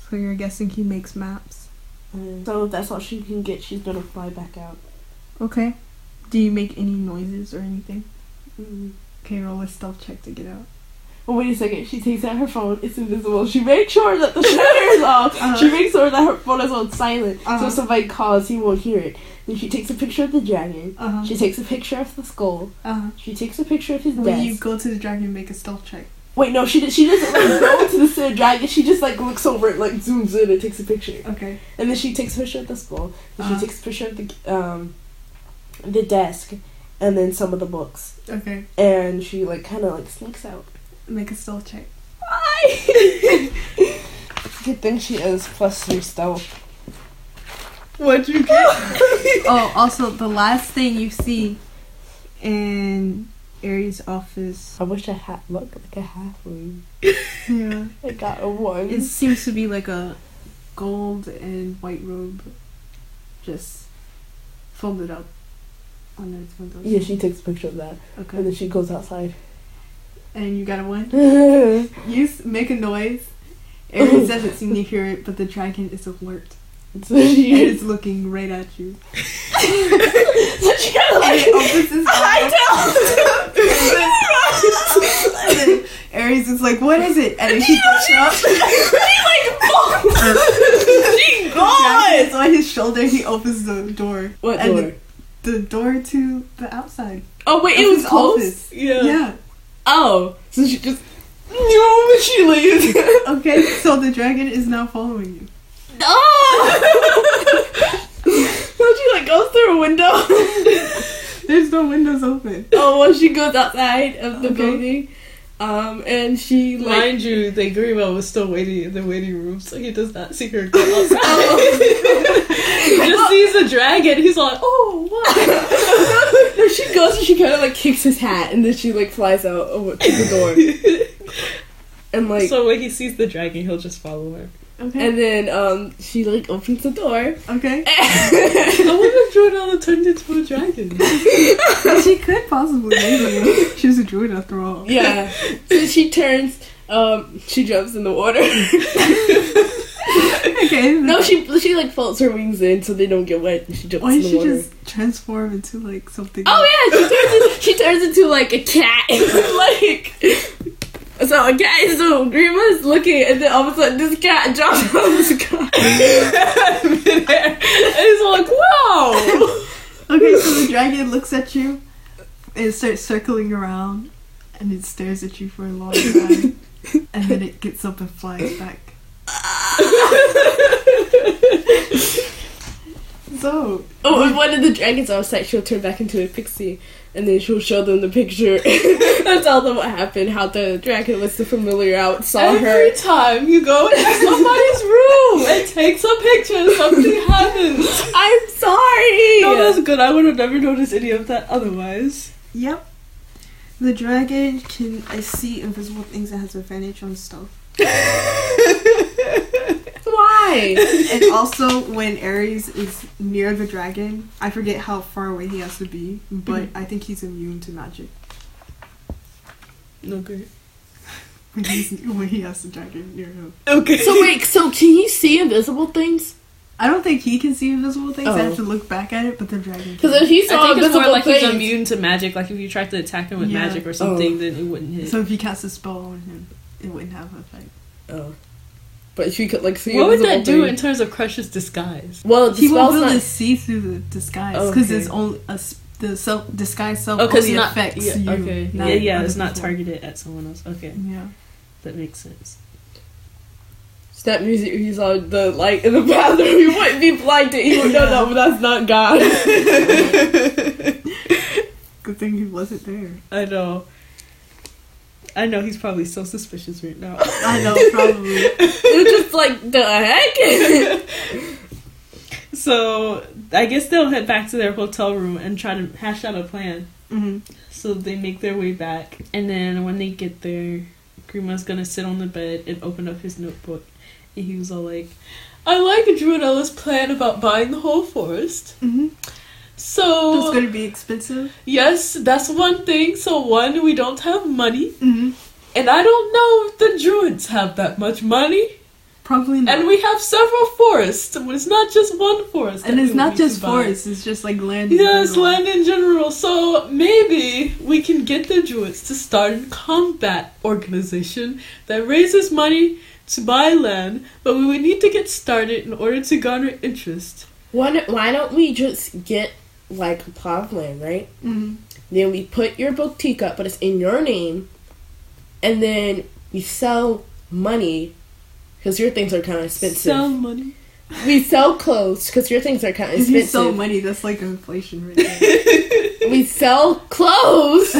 so you're guessing he makes maps. So if that's all she can get, she's gonna fly back out. Okay. Do you make any noises or anything? Mm. Okay, roll a stealth check to get out. Well, wait a second. She takes out her phone. It's invisible. She makes sure that the shutter is off. She makes sure that her phone is on silent, so Uh-huh. if somebody calls, he won't hear it. Then she takes a picture of the dragon. Uh-huh. She takes a picture of the skull. uh-huh. She takes a picture of his When desk. you go to the dragon, make a stealth check. Wait, no, she did, she doesn't like go to the center dragon. She just like looks over it, like zooms in and takes a picture. Okay. And then she takes a picture of the skull. Then Uh-huh. she takes a picture of the um, the desk, and then some of the books. Okay. And she like kind of like sneaks out. Make a stealth check. Good thing she is plus three stealth. What'd you get? oh, also, the last thing you see in Aries' office I wish I had looked like a halfling. yeah. I got a one. it seems to be like a gold and white robe just folded up on its windows. yeah, she takes a picture of that, and then Okay. she goes outside. And you got a one? oh You s- make a noise. Aries doesn't seem to hear it, but the dragon is alert. So she And it's looking right at you. so she kind And oh, of like it opens its eyes. And then Aries is like, what is it? And then she looks up. she Jack is on his shoulder. He opens the door. What And door? The door to the outside. Oh wait, of it was his closed. office. Yeah. Oh, so she just no, and she leaves. Okay, so the dragon is now following you. no. Oh! so she like goes through a window. There's no windows open. oh, well, she goes outside of the Okay. building, um, and she like. Mind you, the Grima was still waiting in the waiting room, so he does not see her go outside. Oh. he just sees the dragon. He's like, "Oh, what?" No, she goes and she kind of like kicks his hat, and then she like flies out over to the door, and like, so when he sees the dragon, he'll just follow her. Okay. and then um, she like opens the door. okay. I wonder if Jordan turned into a dragon. she could possibly. Maybe. She was a druid after all. yeah, so she turns. Um, she jumps in the water. Okay. no, she she like folds her wings in so they don't get wet. And she jumps Why in did the she water. just transform into like something? Oh yeah, she turns in, she turns into like a cat. like so a cat is so Grima is looking and then all of a sudden this cat jumps out of the sky. and he's like, Whoa Okay, so the dragon looks at you and it starts circling around and it stares at you for a long time and then it gets up and flies back. so, Oh and one of the dragons outside she'll turn back into a pixie and then she'll show them the picture and tell them what happened, how the dragon was the familiar out, saw her. Every time you go into somebody's room and take some pictures, something happens. I'm sorry. No, that's good. I would have never noticed any of that otherwise. yep. The dragon can I see invisible things that has advantage on stealth. Why? and also when Ares is near the dragon, I forget how far away he has to be, but I think he's immune to magic No good. when, he's, when he has the dragon near him. Okay. So wait, so can you see invisible things? I don't think he can see invisible things. I Oh. have to look back at it, but the dragon. Because Can. if he I saw think it's invisible more like he's things- immune to magic. Like if you tried to attack him with Yeah. magic or something, then it wouldn't hit. So if you cast a spell on him, it wouldn't have an effect. Oh. But she could like see what would that invisible do in things. terms of Crush's disguise? well, the he won't spell's be able to not. see through the disguise because Okay. it's only a s the self disguise self Oh, because only not affects yeah, you. Okay. not yeah, yeah, other it's not people. targeted at someone else. Okay, Yeah. that makes sense. It's that music he saw the light in the bathroom. He wouldn't be blind to it. He would know Yeah. no, but that's not God. Good thing he wasn't there. I know. I know he's probably so suspicious right now. I know, probably. it was just like the heck. so I guess they'll head back to their hotel room and try to hash out a plan. hmm So they make their way back, and then when they get there, Grima's gonna sit on the bed and open up his notebook, and he was all like, "I like Druidella's plan about buying the whole forest. hmm So It's gonna be expensive. Yes, that's one thing. So one, we don't have money, Mm-hmm. and I don't know if the druids have that much money. Probably not. And we have several forests. It's not just one forest. And that it's we not need to just buy. forests, it's just like land. in Yes, general. land in general. So maybe we can get the druids to start a combat organization that raises money to buy land, but we would need to get started in order to garner interest. Why, don't- why don't we just get like a plot of land, right? Mhm. Then we put your boutique up, but it's in your name, and then we sell money because your things are kind of expensive. Sell money. we sell clothes because your things are kind of If expensive. you sell money, that's like inflation right there. we sell clothes,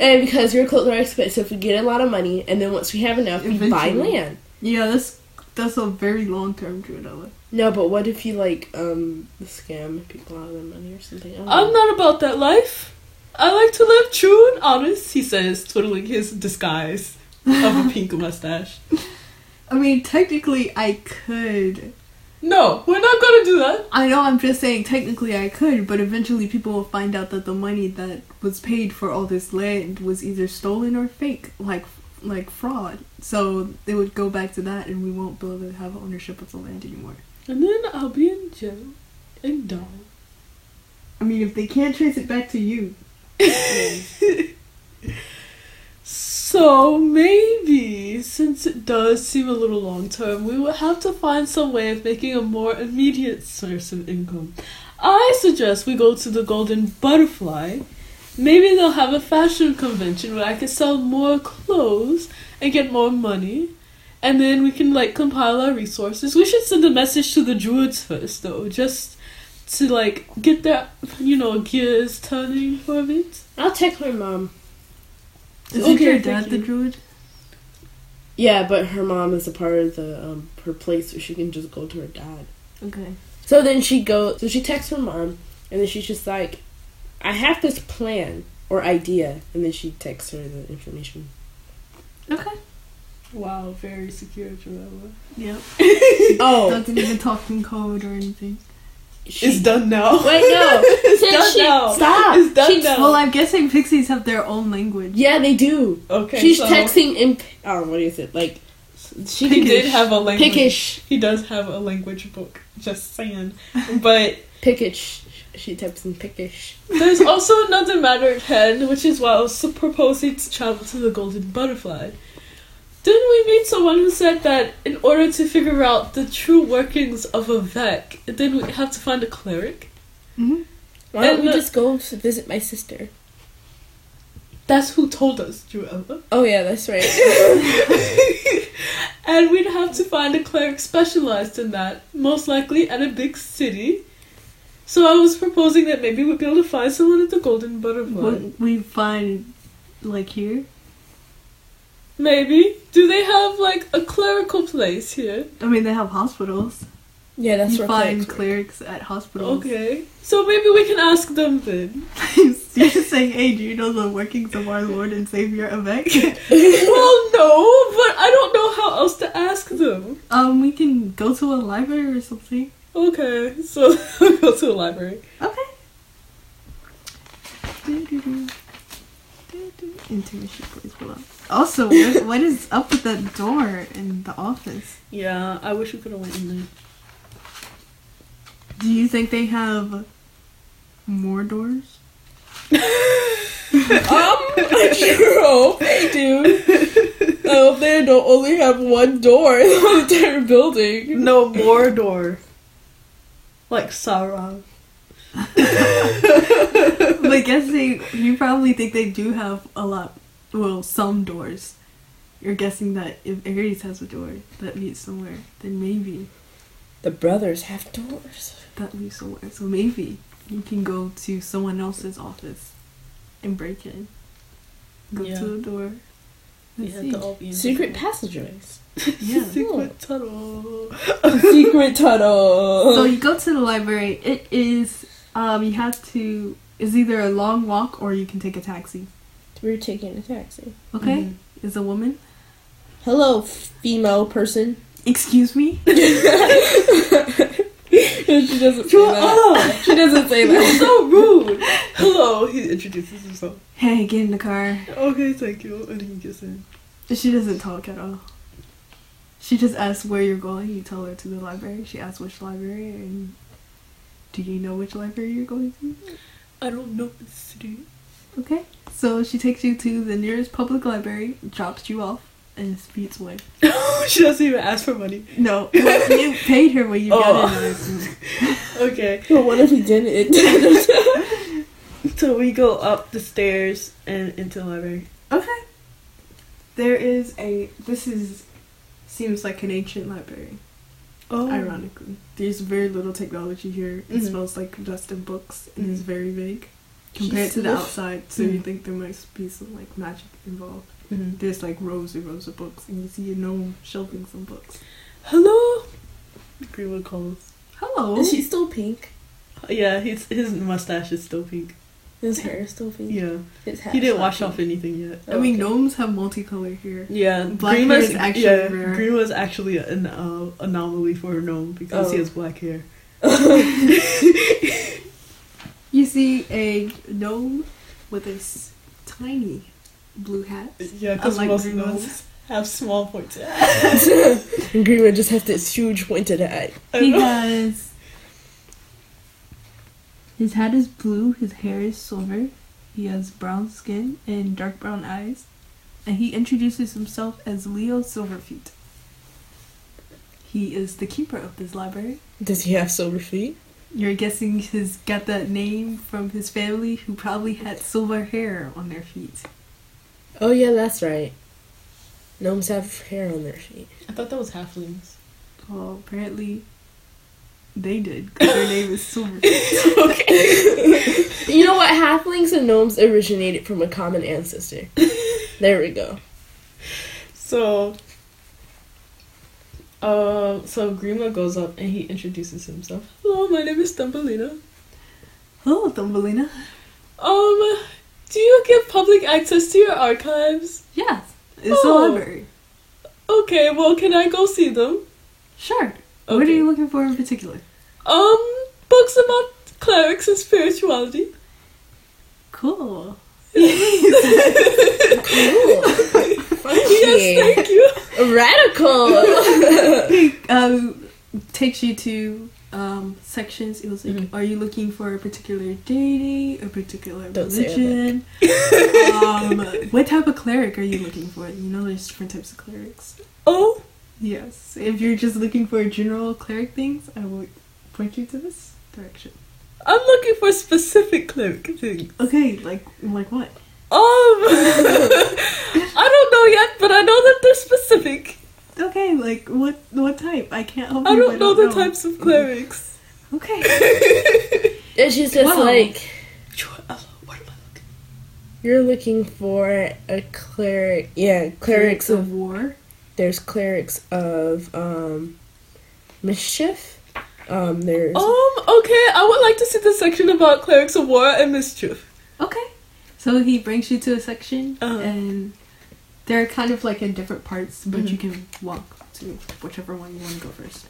and because your clothes are expensive, we get a lot of money, and then once we have enough, we buy Eventually. land. yeah, that's that's a very long term Druidella. No, but what if you like um scam people out of their money or something? I don't I'm know. not about that life. I like to live true and honest, he says, twiddling his disguise of a pink mustache. I mean, technically, I could. No, we're not gonna do that. I know I'm just saying technically I could, but eventually people will find out that the money that was paid for all this land was either stolen or fake, like like fraud. So they would go back to that, and we won't be able to have ownership of the land anymore. And then I'll be in jail and die. I mean, if they can't trace it back to you, So maybe, since it does seem a little long term, we will have to find some way of making a more immediate source of income. I suggest we go to the Golden Butterfly. Maybe they'll have a fashion convention where I can sell more clothes and get more money. And then we can like compile our resources. We should send a message to the druids first though, just to like get their you know, gears turning for a bit. I'll text my mom. is Okay, it your thank dad the you. druid? Yeah, but her mom is a part of the um her place, so she can just go to her dad. Okay. So then she go. So she texts her mom, and then she's just like, "I have this plan or idea," and then she texts her the information. Okay. Wow, very secure, Joella. Yep. Oh, Doesn't even talk in code or anything. It's done now. wait, no, it's Since done she- now. stop. It's done She- now. Well, I'm guessing pixies have their own language. Oh. yeah, they do. okay, she's so texting in. Oh, what is it like? She did have a language. Pickish, He does have a language book. Just saying, but pickish. She types in pickish. there's also another matter at hand, which is why I was proposing to travel to the Golden Butterfly. Didn't we meet someone who said that in order to figure out the true workings of a Vec, then we have to find a cleric? Mm-hmm. Why don't And we the- just go to visit my sister? That's who told us, Joella. Oh yeah, that's right. and we'd have to find a cleric specialized in that, most likely at a big city. So I was proposing that maybe we'd be able to find someone at the Golden Butterfly. What we find, like here. Maybe. Do they have like a clerical place here? I mean, they have hospitals. yeah, that's you where find clerics. clerics at hospitals. Okay. So maybe we can ask them then. You're saying, hey, do you know the workings of our Lord and Savior Avec? well, no, but I don't know how else to ask them. um, we can go to a library or something. Okay, so go to the library. Okay. Do-do-do. Do-do. Intermission, please. Hold on. Also, what, what is up with that door in the office? Yeah, I wish we could have went in there. Do you think they have more doors? Um, I sure hope they do. Oh, I hope they don't only have one door in the entire building. No Mordor. Like Sauron. But I guess they. You probably think they do have a lot. Well, some doors. You're guessing that if Ares has a door that leads somewhere, then maybe The brothers have doors. that leads somewhere. So maybe you can go to someone else's office and break in. Go Yeah. to the door. We and had see. to all be in Secret different- passageways. yeah. Secret tunnel. Secret tunnel. So you go to the library. It is. Um, you have to. It's either a long walk or you can take a taxi. we're taking a taxi. Okay, Mm-hmm. is a woman. Hello, female person. Excuse me. she doesn't say that. She doesn't say that. ah! so rude. Hello. He introduces himself. Hey, get in the car. Okay, thank you. And he gets in. She doesn't talk at all. She just asks where you're going. You tell her to the library. She asks which library, and do you know which library you're going to? I don't know what to do. Okay. So she takes you to the nearest public library, drops you off, and speeds away. she doesn't even ask for money. No, well, you paid her when you got in. I assume. Okay. But what if he didn't? So we go up the stairs and into the library. Okay. There is a. This is seems like an ancient library. Oh. Ironically, there's very little technology here. It Mhm. smells like dust and books, and it's Mhm. very vague compared to the sniff- outside. So you Mhm. think there must be some like magic involved. Mm-hmm. There's like rows and rows of books, and you see a gnome shelving some books. Hello. Greenwood calls. Hello. Is she still pink? Yeah, his his mustache is still pink. His hair is still pink. Yeah, His hat he is didn't not wash off pink. anything yet. I mean, Okay. gnomes have multicolor here. Yeah, Black Green hair was is actually yeah, rare. Green was actually an uh, anomaly for a gnome because he Oh. has black hair. You see a gnome with a s- tiny blue hat. Yeah, 'cause because Unlike most most green gnomes ones. gnomes have small points. And Greenwood just has this huge pointed hat. He has. His hat is blue, his hair is silver, he has brown skin and dark brown eyes, and he introduces himself as Leo Silverfeet. He is the keeper of this library. Does he have silver feet? You're guessing he's got that name from his family, who probably had silver hair on their feet. Oh yeah, that's right. Gnomes have hair on their feet. I thought that was halflings. Well, apparently, they did, 'cause their name is Silverfeet. You know what? Halflings and gnomes originated from a common ancestor. there we go. So, uh, so Grima goes up and he introduces himself. Hello, my name is Thumbelina. Hello, Thumbelina. Um, do you give public access to your archives? Yes, it's Oh. a library. Okay, well, can I go see them? Sure. Okay. What are you looking for in particular? Um, books about clerics and spirituality. Cool. Cool. Yes, thank you. Radical. He um, takes you to um, sections. It was like, Mhm. are you looking for a particular deity, a particular Don't say I religion? um, what type of cleric are you looking for? You know, there's different types of clerics. Oh, Yes. If you're just looking for general cleric things, I will point you to this direction. I'm looking for specific cleric things. Okay, like like what? Um, I don't know yet, but I know that they're specific. Okay, like what what type? I can't help Oh, I you. if don't know the types of clerics. Okay. and she's just Wow. like, What am I looking? you're looking for a cleric. Yeah, clerics of. of war. There's clerics of um, mischief. Um, there's Oh. Um, okay, I would like to see the section about clerics of war and mischief. Okay. So he brings you to a section, Uh-huh. and they're kind of like in different parts, but you can walk to whichever one you want to go first.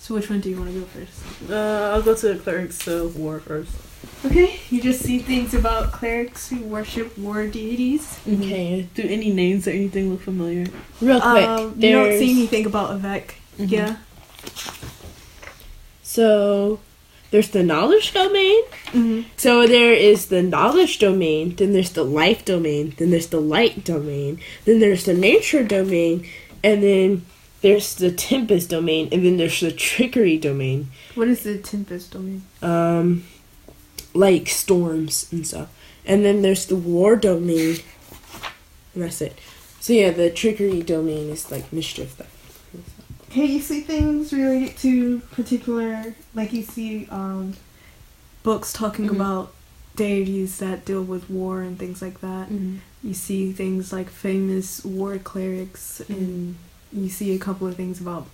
So, which one do you want to go first? Mm-hmm. Uh, I'll go to the clerics of war first. Okay, you just see things about clerics who worship war deities. okay. Do any names or anything look familiar? Real quick, Um, you don't there's Mm-hmm. see anything about Avec. Yeah. so there's the knowledge domain. hmm So there is the knowledge domain, then there's the life domain, then there's the light domain, then there's the nature domain, and then there's the tempest domain, and then there's the trickery domain. What is the Tempest domain? Um like storms and stuff. And then there's the war domain. And that's it. So yeah, the trickery domain is like mischief stuff. Okay, you see things related to particular, like you see um, books talking Mhm. about deities that deal with war and things like that. Mm-hmm. You see things like famous war clerics, and you see a couple of things about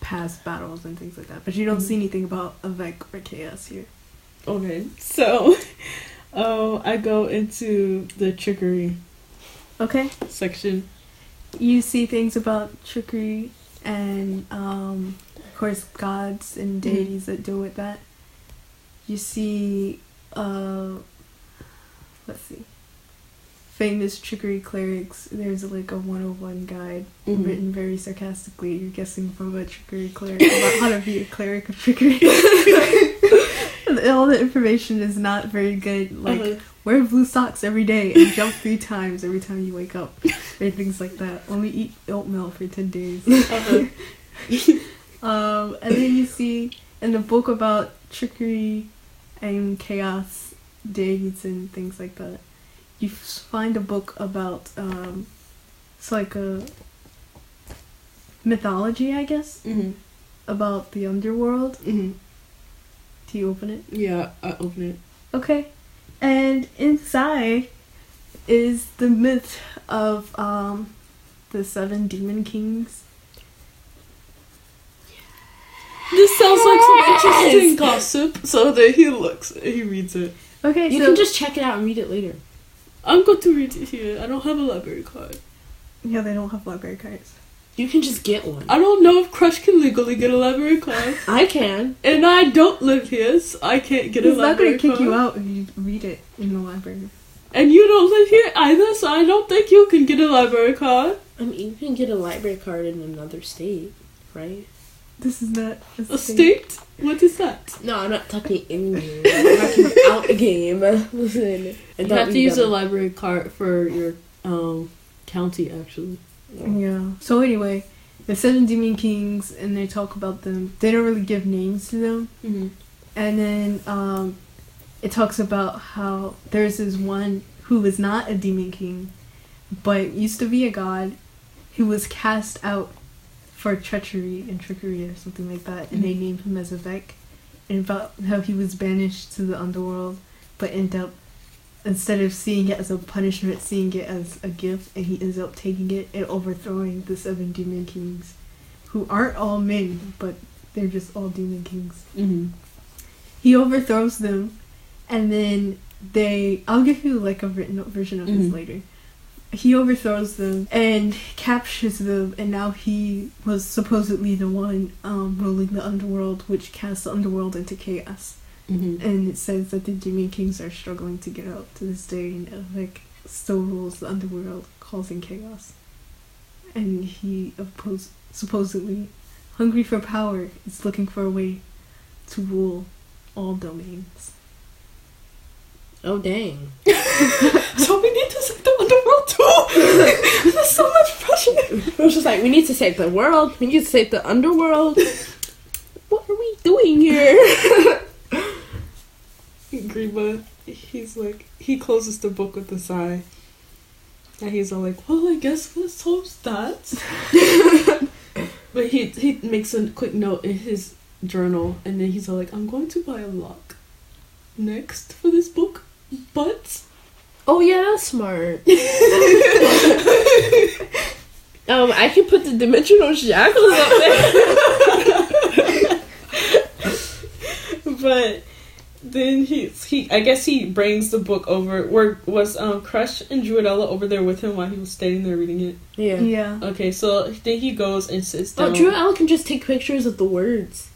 past battles and things like that. But you don't see anything about Avec or Chaos here. Okay, so, oh, I go into the trickery Okay, section. you see things about trickery and um, course, gods and deities that deal with that. You see, uh, let's see, famous trickery clerics. There's like a 101 guide written very sarcastically. You're guessing from a trickery cleric about how to be a cleric of trickery. And All the information is not very good. Like, Uh-huh. wear blue socks every day and jump three times every time you wake up, and things like that. Only eat oatmeal for 10 days. Uh-huh. Um, and then you see in the book about trickery and chaos deities and things like that, you f- find a book about um, it's like a mythology, I guess, Mm-hmm. Mhm. about the underworld. Mhm. Do you open it? Yeah, I open it. Okay. And inside is the myth of um, the seven demon kings. This sounds like some interesting gossip. So then he looks, he reads it. Okay, You so can just check it out and read it later. I'm going to read it here. I don't have a library card. yeah, they don't have library cards. You can just get one. I don't know if Crush can legally get a library card, I can. and I don't live here, so I can't get He's a not library going to kick card. you out if you read it in the library. And you don't live here either, so I don't think you can get a library card. I mean, you can get a library card in another state, right? This is not a A state? What is that? No, I'm not talking in game. I'm talking out game. Listen, I You thought have to we use a better- library card for your um, county, actually. Yeah. So anyway, the seven demon kings, and they talk about them. They don't really give names to them. Mm-hmm. And then um, it talks about how there's this one who was not a demon king, but used to be a god, who was cast out for treachery and trickery or something like that, and they named him as Vec. And about how he was banished to the underworld, but end up instead of seeing it as a punishment, seeing it as a gift, and he ends up taking it and overthrowing the seven demon kings, who aren't all men, but they're just all demon kings Mm-hmm. he overthrows them and then they i'll give you like a written version of this Mhm. later he overthrows them and captures them and now he was supposedly the one um, ruling the underworld which cast the underworld into chaos Mm-hmm. and it says that the demon kings are struggling to get out to this day and uh, like still rules the underworld causing chaos and he oppose- supposedly hungry for power is looking for a way to rule all domains Oh dang! So we need to set the underworld too. There's so much pressure. It was just like we need to save the world. We need to save the underworld. what are we doing here? Grima, he's like, he closes the book with a sigh, and he's all like, "Well, I guess this solves that." but he he makes a quick note in his journal, and then he's all like, "I'm going to buy a lock next for this book, but." Oh yeah, that's smart. um, I can put the dimensional shackles up there. But then he he I guess he brings the book over where was um Crush and Druidella over there with him while he was standing there reading it. Yeah. yeah Okay, so then he goes and sits Oh, down. Drew Al can just take pictures of the words.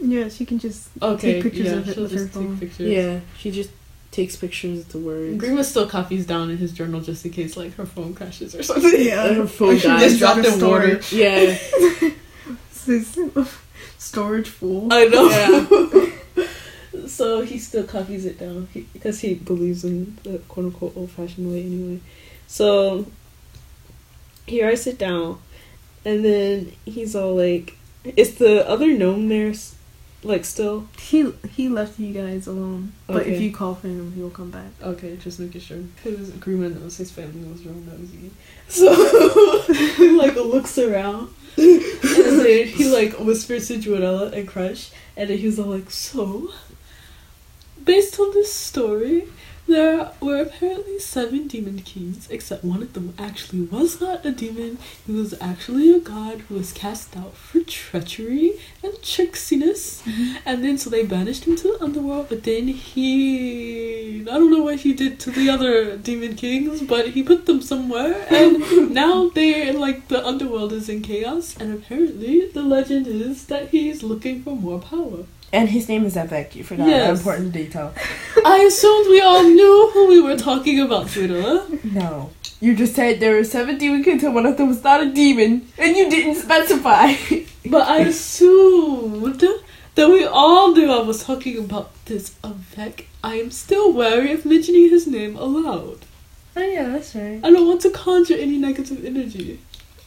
yeah she can just Okay, take pictures yeah, of it she'll with just her phone. take pictures. Yeah, she just takes pictures of the words. Grima still copies down in his journal just in case like her phone crashes or something. And her Or phone she dies. just dropped out of in water. storage. Yeah. This storage full I know. so he still copies it down he, because he believes in the quote unquote old fashioned way anyway. So he writes it down, and then he's all like, "Is the other gnome there, s- like still?" he he left you guys alone but if Okay. you call for him he'll come back Okay, just making sure. Because Grima knows his family was real nosy. So he like looks around. and then he like whispers to Juanella and Crush, and then he's all like, So based on this story, there were apparently seven demon kings, except one of them actually was not a demon, he was actually a god who was cast out for treachery and tricksiness, and then so they banished him to the underworld. But then he, I don't know what he did to the other demon kings, but he put them somewhere, and now they're like the underworld is in chaos. And apparently, the legend is that he's looking for more power. And his name is Epic. You forgot an Yes. important detail. I assumed we all knew who we were talking about, Frida. No. You just said there were seven demon kids and one of them was not a demon, and you didn't specify. But I assumed that we all knew I was talking about this Avec. I am still wary of mentioning his name aloud. oh yeah, that's right. I don't want to conjure any negative energy.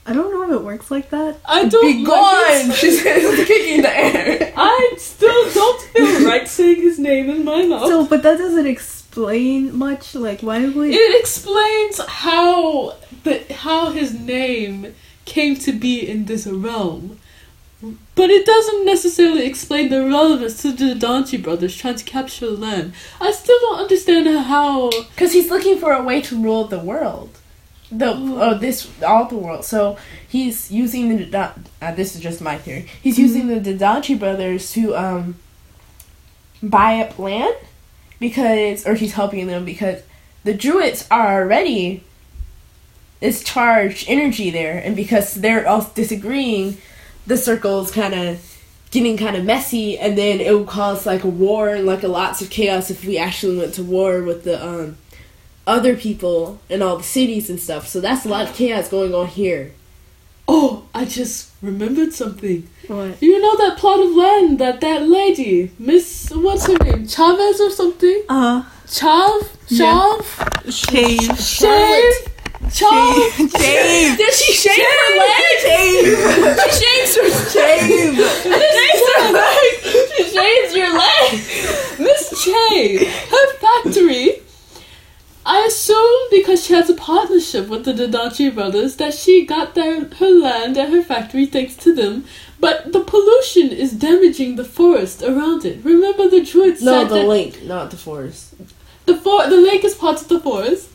I don't know if it works like that. I don't. Be like gone! it. She says, kicking the air. I still don't feel right saying his name in my mouth. So, but that doesn't explain much. Like, why would it explains how the how his name came to be in this realm. But it doesn't necessarily explain the relevance to the Danchi brothers trying to capture land. I still don't understand how Because he's looking for a way to rule the world. The oh this all the world. So he's using the Da- uh, this is just my theory. He's using the Dadachi brothers to um buy up land because or he's helping them because the druids are already it's charged energy there and because they're all disagreeing the circle's kind of getting kind of messy and then it would cause like a war and like a lots of chaos if we actually went to war with the um other people and all the cities and stuff so that's a lot of chaos going on here Oh, I just remembered something. what? You know that plot of land that that lady, Miss what's her name? Chavez or something? Uh, Chav? Yeah. Chav? shave. Shave? Chav? Shave. Did she shave her legs? She shaves her Shave. She shaves your legs. Miss J, her factory. I assume because she has a partnership with the Dadachi brothers that she got their her land and her factory thanks to them. But the pollution is damaging the forest around it. Remember the druids no said the that link not the forest the for- the lake is part of the forest.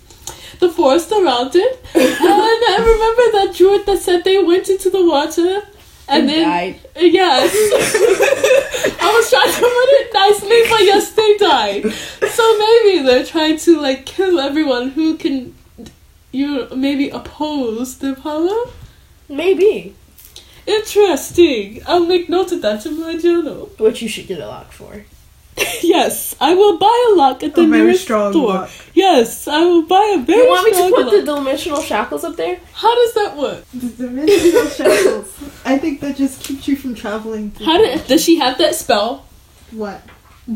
The forest around it. and I remember that druid that said they went into the water and And then uh, died. Yes. I was trying to put it nicely, but yes they died. So maybe they're trying to like kill everyone who can you maybe oppose their power? maybe Interesting. I'll make note of that in my journal. which you should get a lock for Yes, I will buy a lock at the A very nearest strong store. lock. Yes, I will buy a very you want me to strong put lock. the dimensional shackles up there How does that work? The dimensional shackles. I think that just keeps you from traveling. through- How did does she have that spell? what?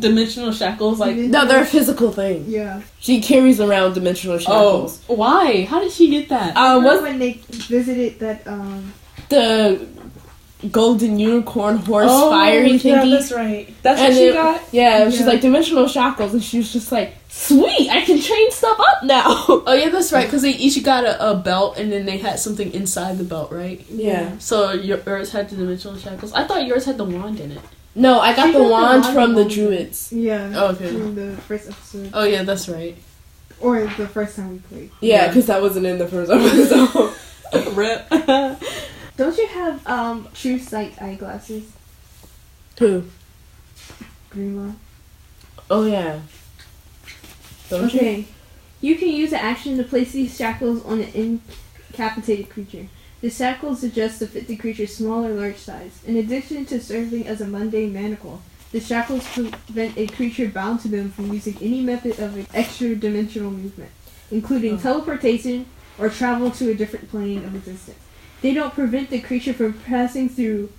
Dimensional shackles, like no they're a physical thing Yeah. she carries around dimensional oh, Um, shackles why? How did she get that? uh, Remember what's when they visited that um the golden unicorn horse Oh, fiery yeah, thingy that's right. That's And what she it- got. Yeah, she's Yeah. like dimensional shackles, and she was just like, "Sweet, I can train stuff up now." Oh yeah, that's right. Because they each got a, a belt, and then they had something inside the belt, right? Yeah. So your, yours had the dimensional shackles. I thought yours had the wand in it. No, I got She the got the wand wand from the wand. druids. yeah Oh, okay. during the first episode Oh yeah, that's right. or the first time we played. Yeah, Yeah. because that wasn't in the first episode. Rip. Don't you have um true sight eyeglasses, Who? Grima? Oh yeah. Don't you? Okay. You can use an action to place these shackles on an incapacitated creature. The shackles suggest to fit the creature small or large size. In addition to serving as a mundane manacle, the shackles prevent a creature bound to them from using any method of extra dimensional movement, Oh. including teleportation or travel to a different plane of existence. They don't prevent the creature from passing through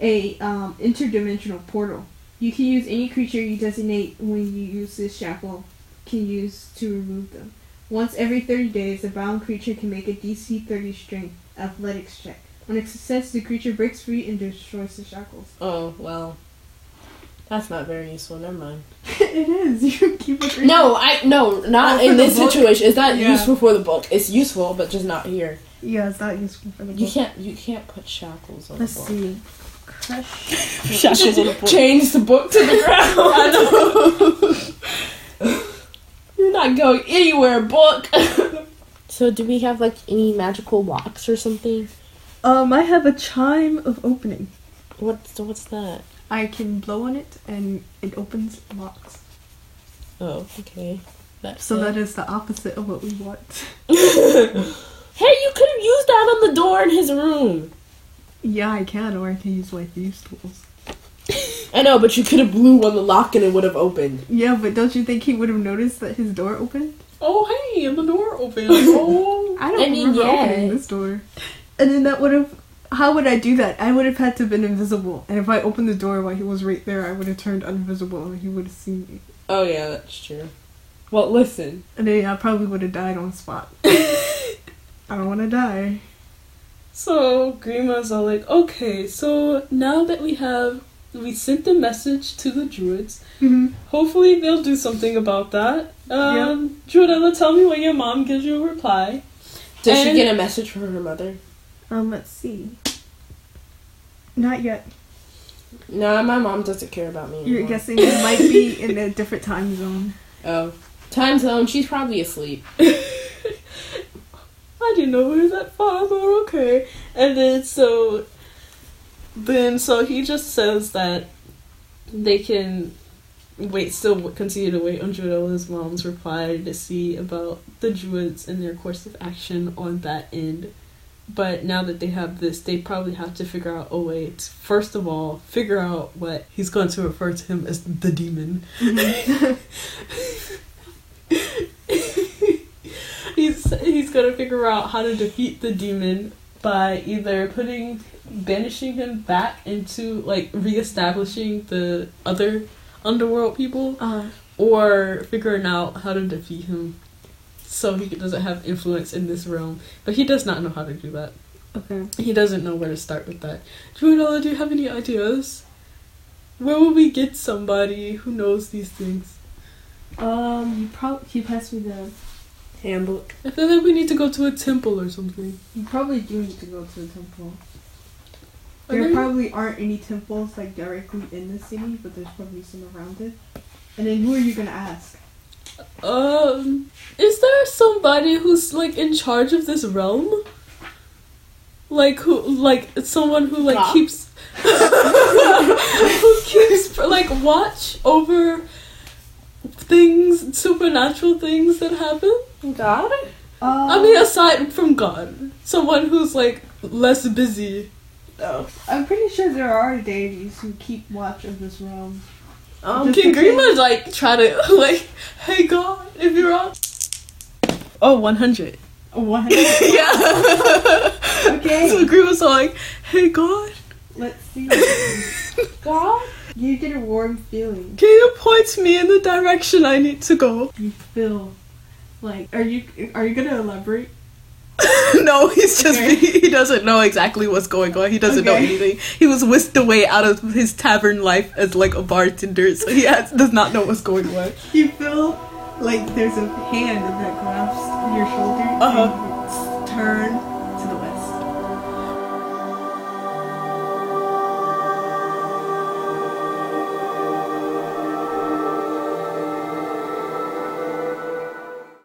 a um, interdimensional portal. You can use any creature you designate when you use this shackle can use to remove them. Once every 30 days, the bound creature can make a DC 30 strength athletics check. On a success, the creature breaks free and destroys the shackles. Oh well, that's not very useful. Never mind. it is. You keep it. No, I no, Oh, not for in the this book? situation. It's not Yeah. useful for the book. It's useful, but just not here. Yeah, it's not useful for the You book. can't. You can't put shackles on Let's the book. see. Crush. shackles on the board. Change the book to the ground. I know. You're not going anywhere, book. so, do we have like any magical locks or something? Um, I have a chime of opening. What's what's that? I can blow on it and it opens locks. Oh, okay. That's So it. that is the opposite of what we want. Hey, you could have used that on the door in his room. Yeah, I can, or I can use like these tools. I know, but you could have blew on the lock and it would have opened. Yeah, but don't you think he would have noticed that his door opened? Oh, hey, and the door opened. Oh. I don't I mean, remember yeah. opening this door. And then that would have. How would I do that? I would have had to have been invisible. And if I opened the door while he was right there, I would have turned invisible and he would have seen me. Oh yeah, that's true. Well, listen. And then I probably would have died on spot. I don't want to die. So Grima's all like, okay, so now that we have, we sent the message to the druids. Mhm. Hopefully they'll do something about that. Um, Druidella, tell me when your mom gives you a reply. Did she And- get a message from her mother? Um, let's see. Not yet. Nah, my mom doesn't care about Oh, me. You're anymore. guessing it might be in a different time zone. Oh, time zone. She's probably asleep. I didn't know we were that far, but okay. And then so, then so he just says that they can wait, still w- continue to wait on Jodella's mom's reply to see about the druids and their course of action on that end. But now that they have this, they probably have to figure out a way to, first of all, figure out what he's going to refer to him as the demon. he's he's gonna figure out how to defeat the demon by either putting banishing him back into like reestablishing the other underworld people Uh, or figuring out how to defeat him so he doesn't have influence in this realm but he does not know how to do that okay. he doesn't know where to start with that Junola, do you have any ideas where would we get somebody who knows these things Um, you probably you passed me the. Handbook. i feel like we need to go to a temple or something You probably do need to go to a temple. Are There there- probably aren't any temples like directly in the city, but there's probably some around it. And then who are you gonna ask? Um, is there somebody who's like in charge of this realm? Like who? Like someone who like Cop? keeps who keeps like watch over things, supernatural things that happen. God. Uh, I mean, aside from God, someone who's like less busy. I'm pretty sure there are deities who keep watch of this realm. Um, Can Grima like try to like, hey God, if you're out. Oh, 100. What? Yeah. Okay. So Groot was all like, "Hey God, Let's see. God. You get a warm feeling. can you point me in the direction I need to go?" You feel like are you are you gonna elaborate? no, he's just Okay. he doesn't know exactly what's going on. He doesn't know Okay. anything. He was whisked away out of his tavern life as like a bartender, so he has, does not know what's going on. You feel like there's a hand that grasps your shoulder and Uh-huh. you turn to the west.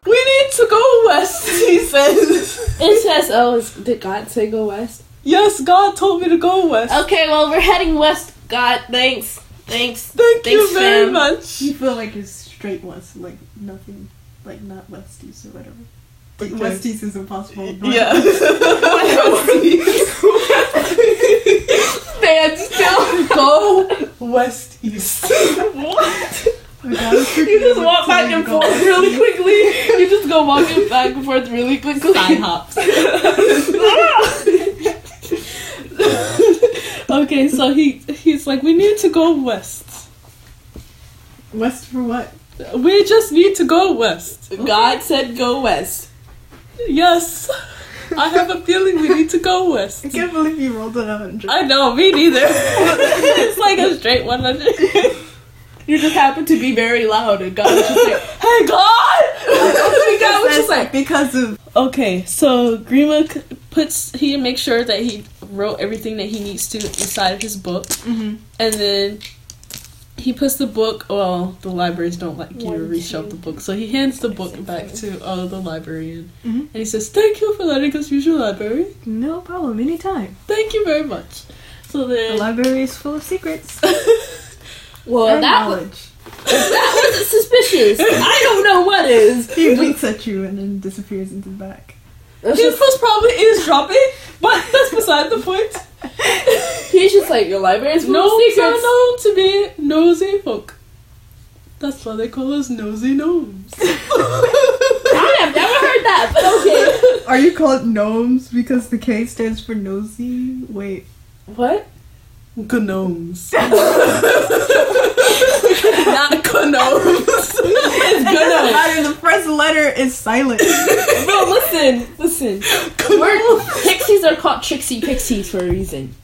We need to go west, he says. It says, "Oh, is, did God say go west?" yes, God told me to go west. Okay, well we're heading west. God, thanks, thanks. Thank thanks, you very fam. much. You feel like it's straight west, like nothing, like not west east or whatever. Like Okay. west east is impossible. north- Yeah. Stand still. Go. west east. Like, I was tripping You just over walk back telling and you forth guys. really quickly. You just go walking back and forth really quickly. Side hops. okay, so he he's like, we need to go west. West for what? We just need to go west. God said go west. Yes, I have a feeling we need to go west. I can't believe you rolled a hundred. I know, me neither. it's like a straight one hundred. You just happen to be very loud, and God was just like, Hey Oh God! God, what you like because of Okay, so Grima c- puts he makes sure that he wrote everything that he needs to inside of his book, Mm-hmm. and then he puts the book. Well, the libraries don't like you to reshelve the book, so he hands the book back to uh, the librarian, Mm-hmm. Mhm. and he says, "Thank you for letting us use your library. no problem anytime. Thank you very much." So then, The library is full of secrets well, and that was, knowledge. that wasn't suspicious. I don't know what is. He winks at you and then disappears into the back. That's His just- first problem is dropping, but that's beside the point. he's just like your library is full No of one's are secrets. known to be nosy folk. That's why they call us nosy gnomes. I have never heard that, but okay. Are you called gnomes because the K stands for nosy? Wait. What? Gnomes. Not gnomes. Gnomes. Matter, the first letter is silent. Bro, listen, listen. We're, pixies are called tricksy pixies for a reason.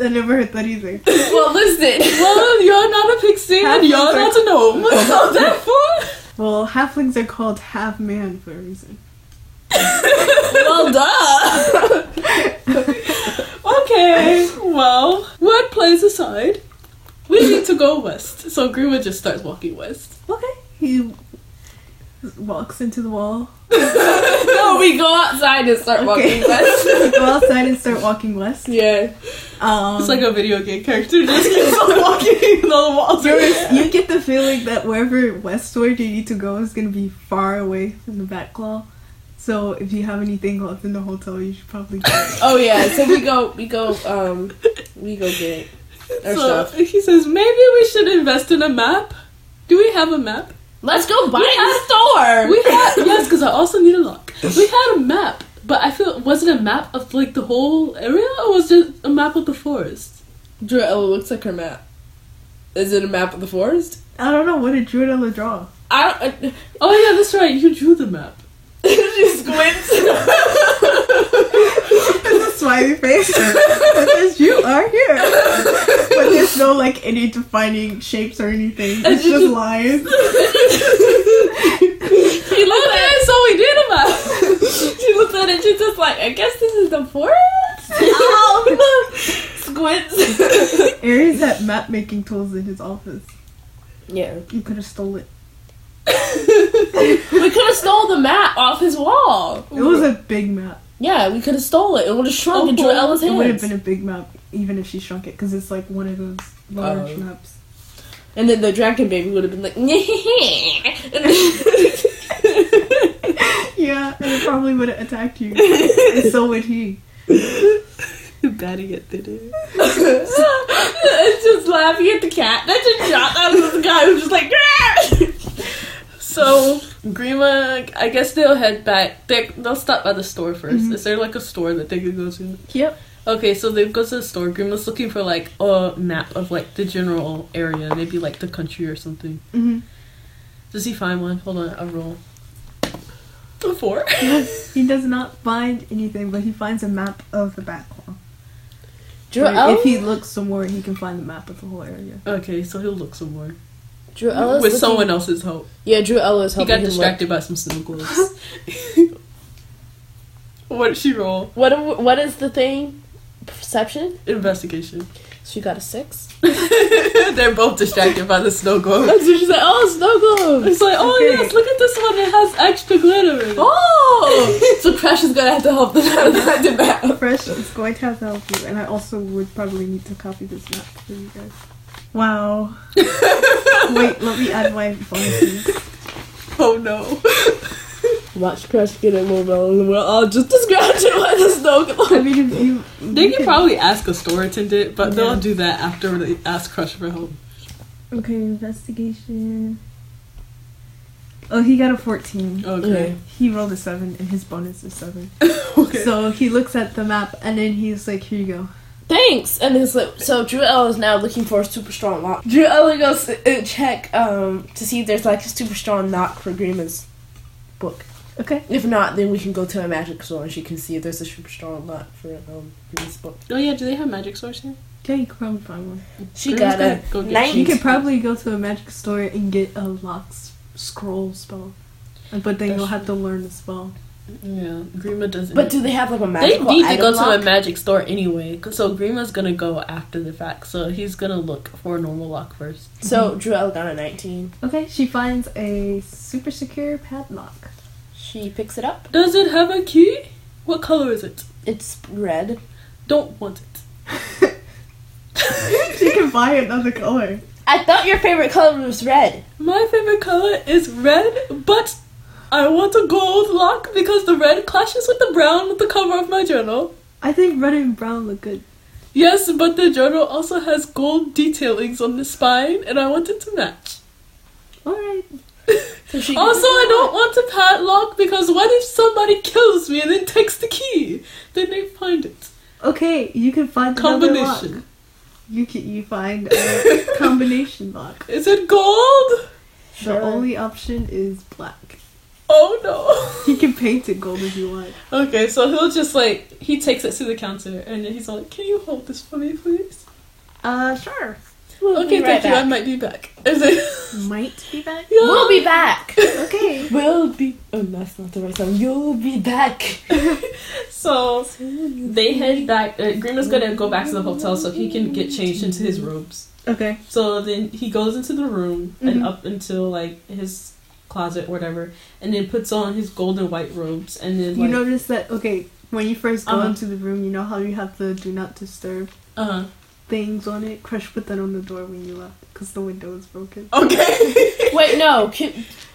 I never heard that either. Well, listen. Well, you're not a pixie and you're not a gnome, so therefore. Well, halflings are called half man for a reason. Well, duh. Okay, well, workplace aside, we need to go west. So Grima just starts walking west. Okay. He walks into the wall. No, we go outside and start Okay. walking west. Go outside and start walking west. Yeah. Um, It's like a video game character just keeps on walking in all the walls. you get the feeling that wherever westward you need to go is going to be far away from the back claw. So if you have anything left in the hotel, you should probably get it. Oh yeah. So we go. We go. Um. We go get it. Our So stuff. he says, maybe we should invest in a map. Do we have a map? Let's go buy it in the store. We had yes, because I also need a lock. We had a map, but I feel was it a map of like the whole area or was it a map of the forest? Joella looks like her map. Is it a map of the forest? I don't know what did Druidella draw. I don't. Oh yeah, that's right. You drew the map. she squints. It's a smiley face. It says you are here, but there's no like any defining shapes or anything. It's just lines. She looked at So we did a map. She looked at it. She's just like, I guess this is the forest. Oh. Squints. Aries had map making tools in his office. Yeah. You could have stole it. We could have stole the map off his wall. It was a big map. Yeah, we could have stole it. It would have shrunk Oh, into Ella's It would have hands. been a big map even if she shrunk it because it's like one of those large maps. and then the dragon baby would have been like, Yeah, and it probably would have attacked you. and so would he. You're batting it, did it? it's just laughing at the cat. That just shot out of the guy who was just like, So Grima, I guess they'll head back. They they'll stop by the store 1st Is there like a store that they could go to? Yep. Okay, so they go to the store. Grima's looking for like a map of like the general area, maybe like the country or something. hmm Does he find one? Hold on, I'll roll. A four. He does not find anything, but he finds a map of the back wall. Like, Joella? if he looks somewhere, he can find the map of the whole area. Okay, so he'll look somewhere Drew with Ella's looking- someone else's help. Yeah, Drew Ella is He helping got him distracted by some snow globes. what did she roll? look. What, do- what is the thing? Perception? Investigation. She got a six. They're both distracted by the snow globe. So she's like, oh, snow globes. It's like, oh Okay. yes, look at this one. It has extra glitter in it. Oh! so Crash is gonna have to help them out of the map. Fresh is going to have to help you, and I also would probably need to copy this map for you guys. Wow. Wait, let me add my bonuses. Oh no. Watch Crash get it move on, and we're all just distracted by the snow globe. I mean, if you. They you can can- probably ask a store attendant, but they'll Yeah. do that after they ask Crush for help. Okay, investigation. Oh, he got a 14. Okay. He rolled a 7, and his bonus is 7. Okay. So he looks at the map, and then he's like, here you go. Thanks! And it's like, so Drew Ella is now looking for a super strong lock. Drew Ella goes uh, check um to see if there's like a super strong knock for Grima's book. Okay. If not, then we can go to a magic store and she can see if there's a super strong knock for um Grima's book. Oh yeah, do they have magic stores here? Yeah, you can probably find one. She Grima's got a gonna go get nine- You could probably go to a magic store and get a lock s- scroll spell, but then you'll have to learn the spell. Yeah, Grima doesn't. But do they have like a they magical need to go item lock? to a magic store anyway. 'cause- So Grima's gonna go after the fact. So he's gonna look for a normal lock first. So Drew Ella got a nineteen. Okay, she finds a super secure padlock. She picks it up. Does it have a key? What color is it? It's red. Don't want it. you buy another color? I thought your favorite color was red. My favorite color is red, but I want a gold lock because the red clashes with the brown with the cover of my journal. I think red and brown look good. Yes, but the journal also has gold detailings on the spine, and I want it to match. Alright. Also, I don't want a padlock because what if somebody kills me and then takes the key? Then they find it. Okay, you can find another lock. Combination. You can you find a combination lock. Is it gold? The only option is black. Oh You can paint it gold if you want. no. Okay, so he'll just like he takes it to the counter and then he's like, "Can you hold this for me, please?" Uh, sure. okay, be right thank you. I back. might be back. And then, Might be back. yeah. We'll be back. Okay. Will be. Oh, that's not the right song. You'll be back. So they head back. Uh, Grima's gonna go back to the hotel so he can get changed into his robes. Okay. So then he goes into the room and Mm-hmm. Mhm. up until like his closet, whatever, and then puts on his gold and white robes, and then You like, notice that? Okay, when you first go Uh-huh. into the room, you know how you have the do not disturb uh things on it. Crush put that on the door when you left because the window is broken. huh. Okay. Wait, no. Can,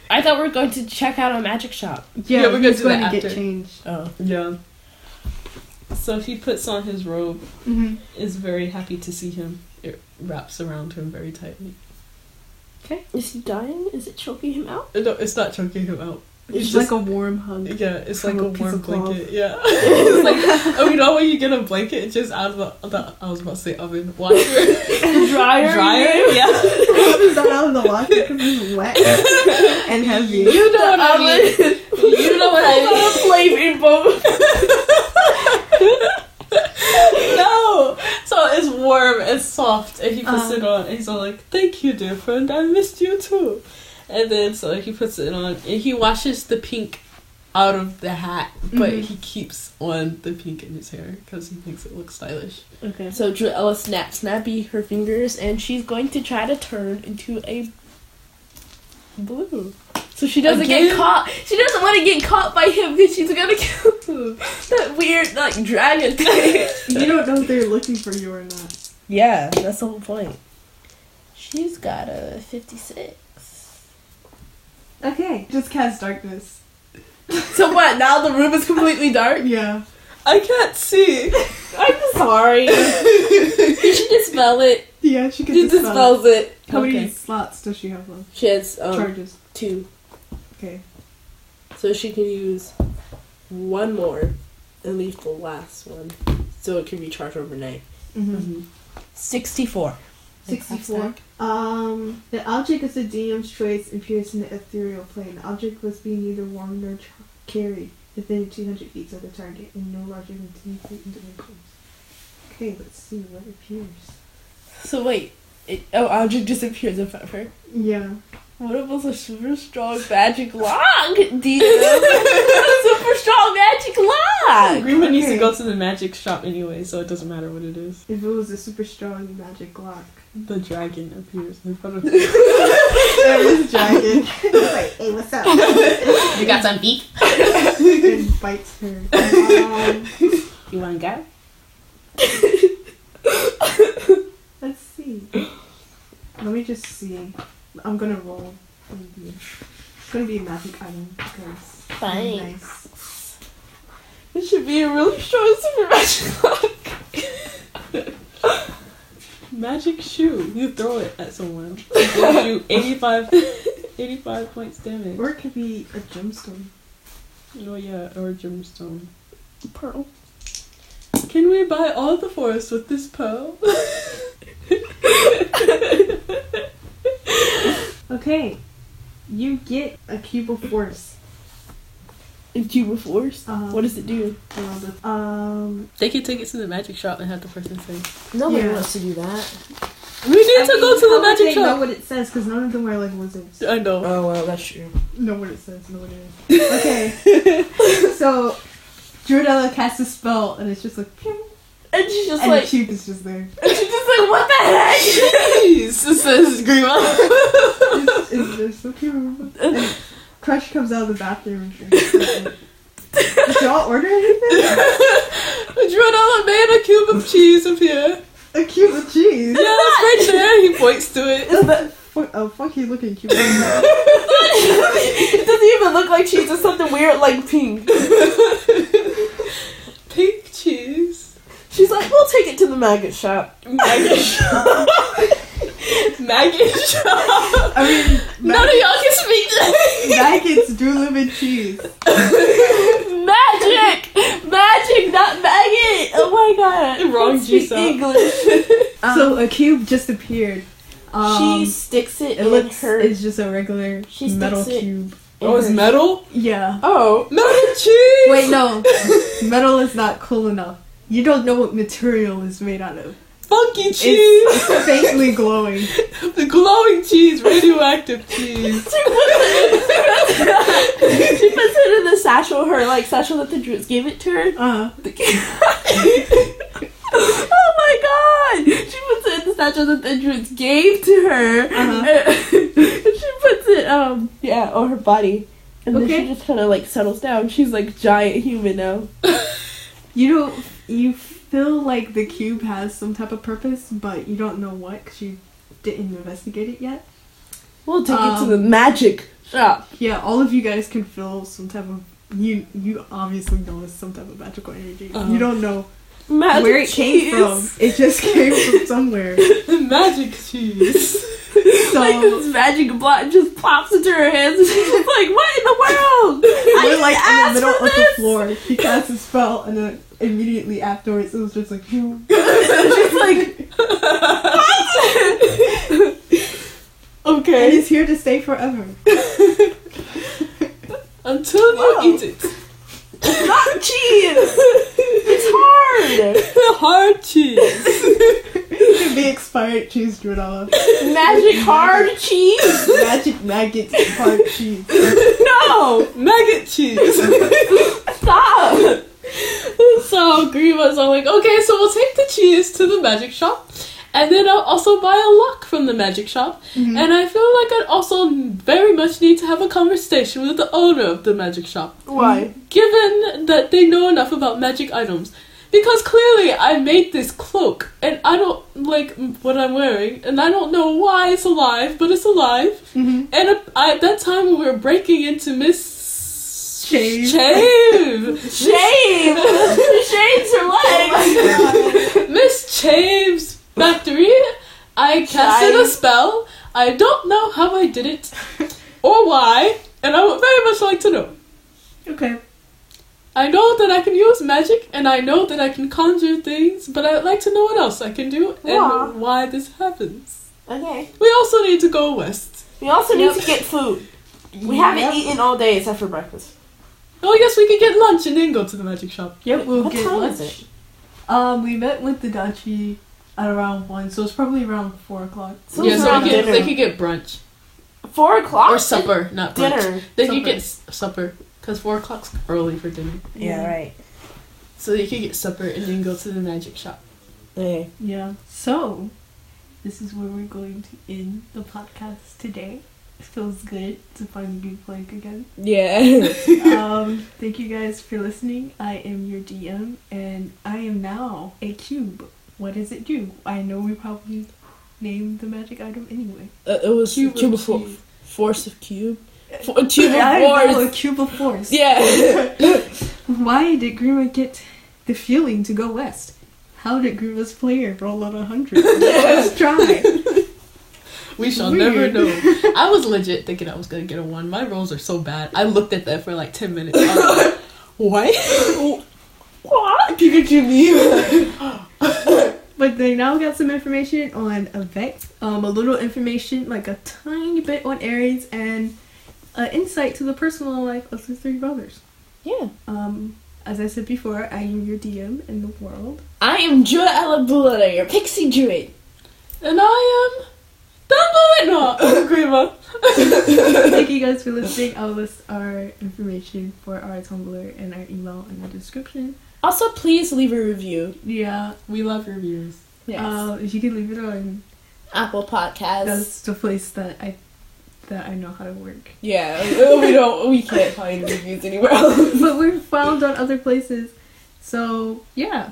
I thought we were going to check out a magic shop. Yeah, we're gonna he's do going that to get after. changed. Oh. yeah. So he puts on his robe, Mm-hmm. is very happy to see him. It wraps around him very tightly. Is he dying? Is it choking him out? Uh, No, it's not choking him out. It's, just- like a warm hug. Yeah, it's From like a a piece warm of cloth. blanket. Yeah, it's like oh, you know when you get a blanket just out of the, the I was about to say oven washer Dryer. dryer. Yeah, Is that out of the wash? Because it's wet and heavy. you know what I mean. You know what I no! So it's warm, it's soft, and he puts Um. it on, and he's all like, Thank you, dear friend, I missed you too. And then so he puts it on, and he washes the pink out of the hat, but Mhm. he keeps on the pink in his hair because he thinks it looks stylish. Okay. So Joella snaps snappy her fingers, and she's going to try to turn into a blue. So she doesn't Again? get caught. She doesn't want to get caught by him because she's gonna kill him. That weird like dragon thing. You don't know if they're looking for you or not. Yeah, that's the whole point. she's got a fifty-six. Okay. Just cast darkness. So what? Now the room is completely dark. Yeah. I can't see. I'm sorry. you should dispel it. Yeah, she can She dispel. dispels it. How many Okay. slots does she have left? She has um, Charges. two, Okay. so she can use one more and leave the last one, so it can be charged overnight. Mm-hmm. Sixty-four. 64. Um, the object is the DM's choice and appears in the ethereal plane. The object must be neither worn nor ch- carried within 200 feet of the target and no larger than 10 feet in dimensions. Okay, let's see what appears. So wait, it, oh, object disappears in front of her. Yeah. What if it was a super strong magic lock, DM. Super strong magic lock. Greenwood needs to Okay. go to the magic shop anyway, so it doesn't matter what it is. If it was a super strong magic lock. The dragon appears in front of him. there is dragon. like, hey, what's up? you got some beak? and bites her. Um, You want to go? let's see. Let me just see. I'm gonna roll. Maybe. It's gonna be a magic item because. Fine. Nice. It should be a really strong super magic lock. Magic shoe. You throw it at someone. It gives you 85, 85 points damage. Or it could be a gemstone. Oh yeah, or gemstone. Pearl. Can we buy all the forest with this pearl? Okay. You get a cube of force. A cube of force. Um, What does it do? roll the- Um. they can take it to the magic shop and have the person say, Nobody Yeah. wants to do that. "We need I mean, to go to how the would magic They know shop." what it says because none of them are like wizards. I know. Oh well, that's true. Know what it says. Know what it is. Okay. so, Giordella casts a spell and it's just like, pew, And she's just and like, the cube is just there. and she's just like, what the heck? Jeez, says Grima. It's, it's just a cube. And Crush comes out of the bathroom. And drinks. Did y'all order anything? Dronella made a cube of cheese appear. a Cuban cheese. Yeah, that's right there. He points to it. Is that fu- a funky looking Cuban cheese? it doesn't even look like cheese. It's something weird like pink. Pink cheese. She's like, we'll take it to the maggot shop. Maggot shop. Maggot shop. I mean, None mag- of e- y'all can speak to maggots do live in cheese. Magic, magic, not maggot. Oh my god. Wrong Speak juice up. English. so a cube just appeared. Um, she sticks it, it in looks her. it's just a regular She sticks metal it- cube. Oh, it's metal? Yeah. oh, Metal cheese! Wait, no. metal is not cool enough. You don't know what material is made out of. Funky It's, cheese! it's faintly glowing. the glowing cheese, radioactive cheese. she puts it in the satchel. Her like satchel that the Druids gave it to her. Uh, oh my god! She puts it in the satchel that the druids gave to her. Uh-huh. she puts it, um, yeah, on her body. And then Okay. she just kind of like settles down. She's like giant human now. you don't. You feel like the cube has some type of purpose, but you don't know what because you didn't investigate it yet. We'll take it Um, to the magic shop. Yeah, all of you guys can feel some type of. You you obviously know it's some type of magical energy. Uh-huh. you don't know Magic where it came cheese. from. It just came from somewhere. The magic cheese. So Like this magic block just pops into her hands. and She's just like, what in the world? I we're didn't like in ask the middle for of the this. floor. She cast a spell, and then immediately afterwards, it was just like, "Phew." She's like, and okay. it's here to stay forever. Until Wow. you eat it. It's not cheese. It's hard. Hard cheese. It can be expired cheese, Drudala. Magic hard cheese? Magic maggots hard cheese. No! Maggot cheese. Stop! so Grima's all like, okay, so we'll take the cheese to the magic shop. And then I'll also buy a lock from the magic shop. Mm-hmm. And I feel like I'd also very much need to have a conversation with the owner of the magic shop. Why? Given that they know enough about magic items. Because clearly I made this cloak and I don't like what I'm wearing and I don't know why it's alive, but it's alive. Mhm. And uh, I, at that time we were breaking into Miss Shave. Shave. Shave! Shaves her legs! Miss Chave's factory. I casted a spell. I don't know how I did it or why, and I would very much like to know. Mm-hmm. Okay. I know that I can use magic and I know that I can conjure things, but I'd like to know what else I can do and Wow. why this happens. Okay. We also need to go west. We also need to get food. We e- Yep. haven't eaten all day except for breakfast. Oh, I guess we could get lunch and then go to the magic shop. Yep, we'll What get time lunch. is it? Um, we met with the Dachi at around one, so it's probably around four o'clock. So yeah, it's so around we could, dinner. they could get brunch Four o'clock? or supper, not brunch. Dinner. They could get Supper. s- supper because four o'clock's early for dinner. Yeah, right. So you could get supper and then go to the magic shop. Okay. Yeah. So, this is where we're going to end the podcast today. It feels good to finally be playing again. Yeah. um, thank you guys for listening. I am your DM, and I am now a cube. What does it do? I know we probably named the magic item anyway. Uh, it was Cube of cube of fo- cheese. force of cube. For- a cube I of know force. a cube of force. Yeah. Why did Grima get the feeling to go west? How did Grima's player roll out a hundred? Let's try. We shall never Weird. know. I was legit thinking I was gonna get a one. My rolls are so bad. I looked at that for like ten minutes. I was like, what? What? Pikachu meme. But they now got some information on Avec, um, a little information, like a tiny bit on Aries, and an insight to the personal life of the three brothers. Yeah. Um, as I said before, I am your DM in the world. I am Joa Alabula, your pixie druid. And I am Dumbledore. No, I'm Grima. Thank you guys for listening. I'll list our information for our Tumblr and our email in the description. Also, please leave a review. Yeah, We love reviews. Yes. uh, if you can leave it on, Apple Podcasts. that's the place that I that I know how to work. Yeah, we don't. We can't find reviews anywhere else. but we're found on other places, so yeah.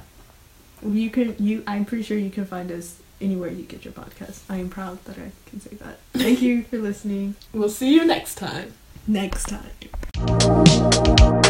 You can you I'm pretty sure you can find us anywhere you get your podcast. I am proud that I can say that. Thank you for listening. We'll see you next time. Next time.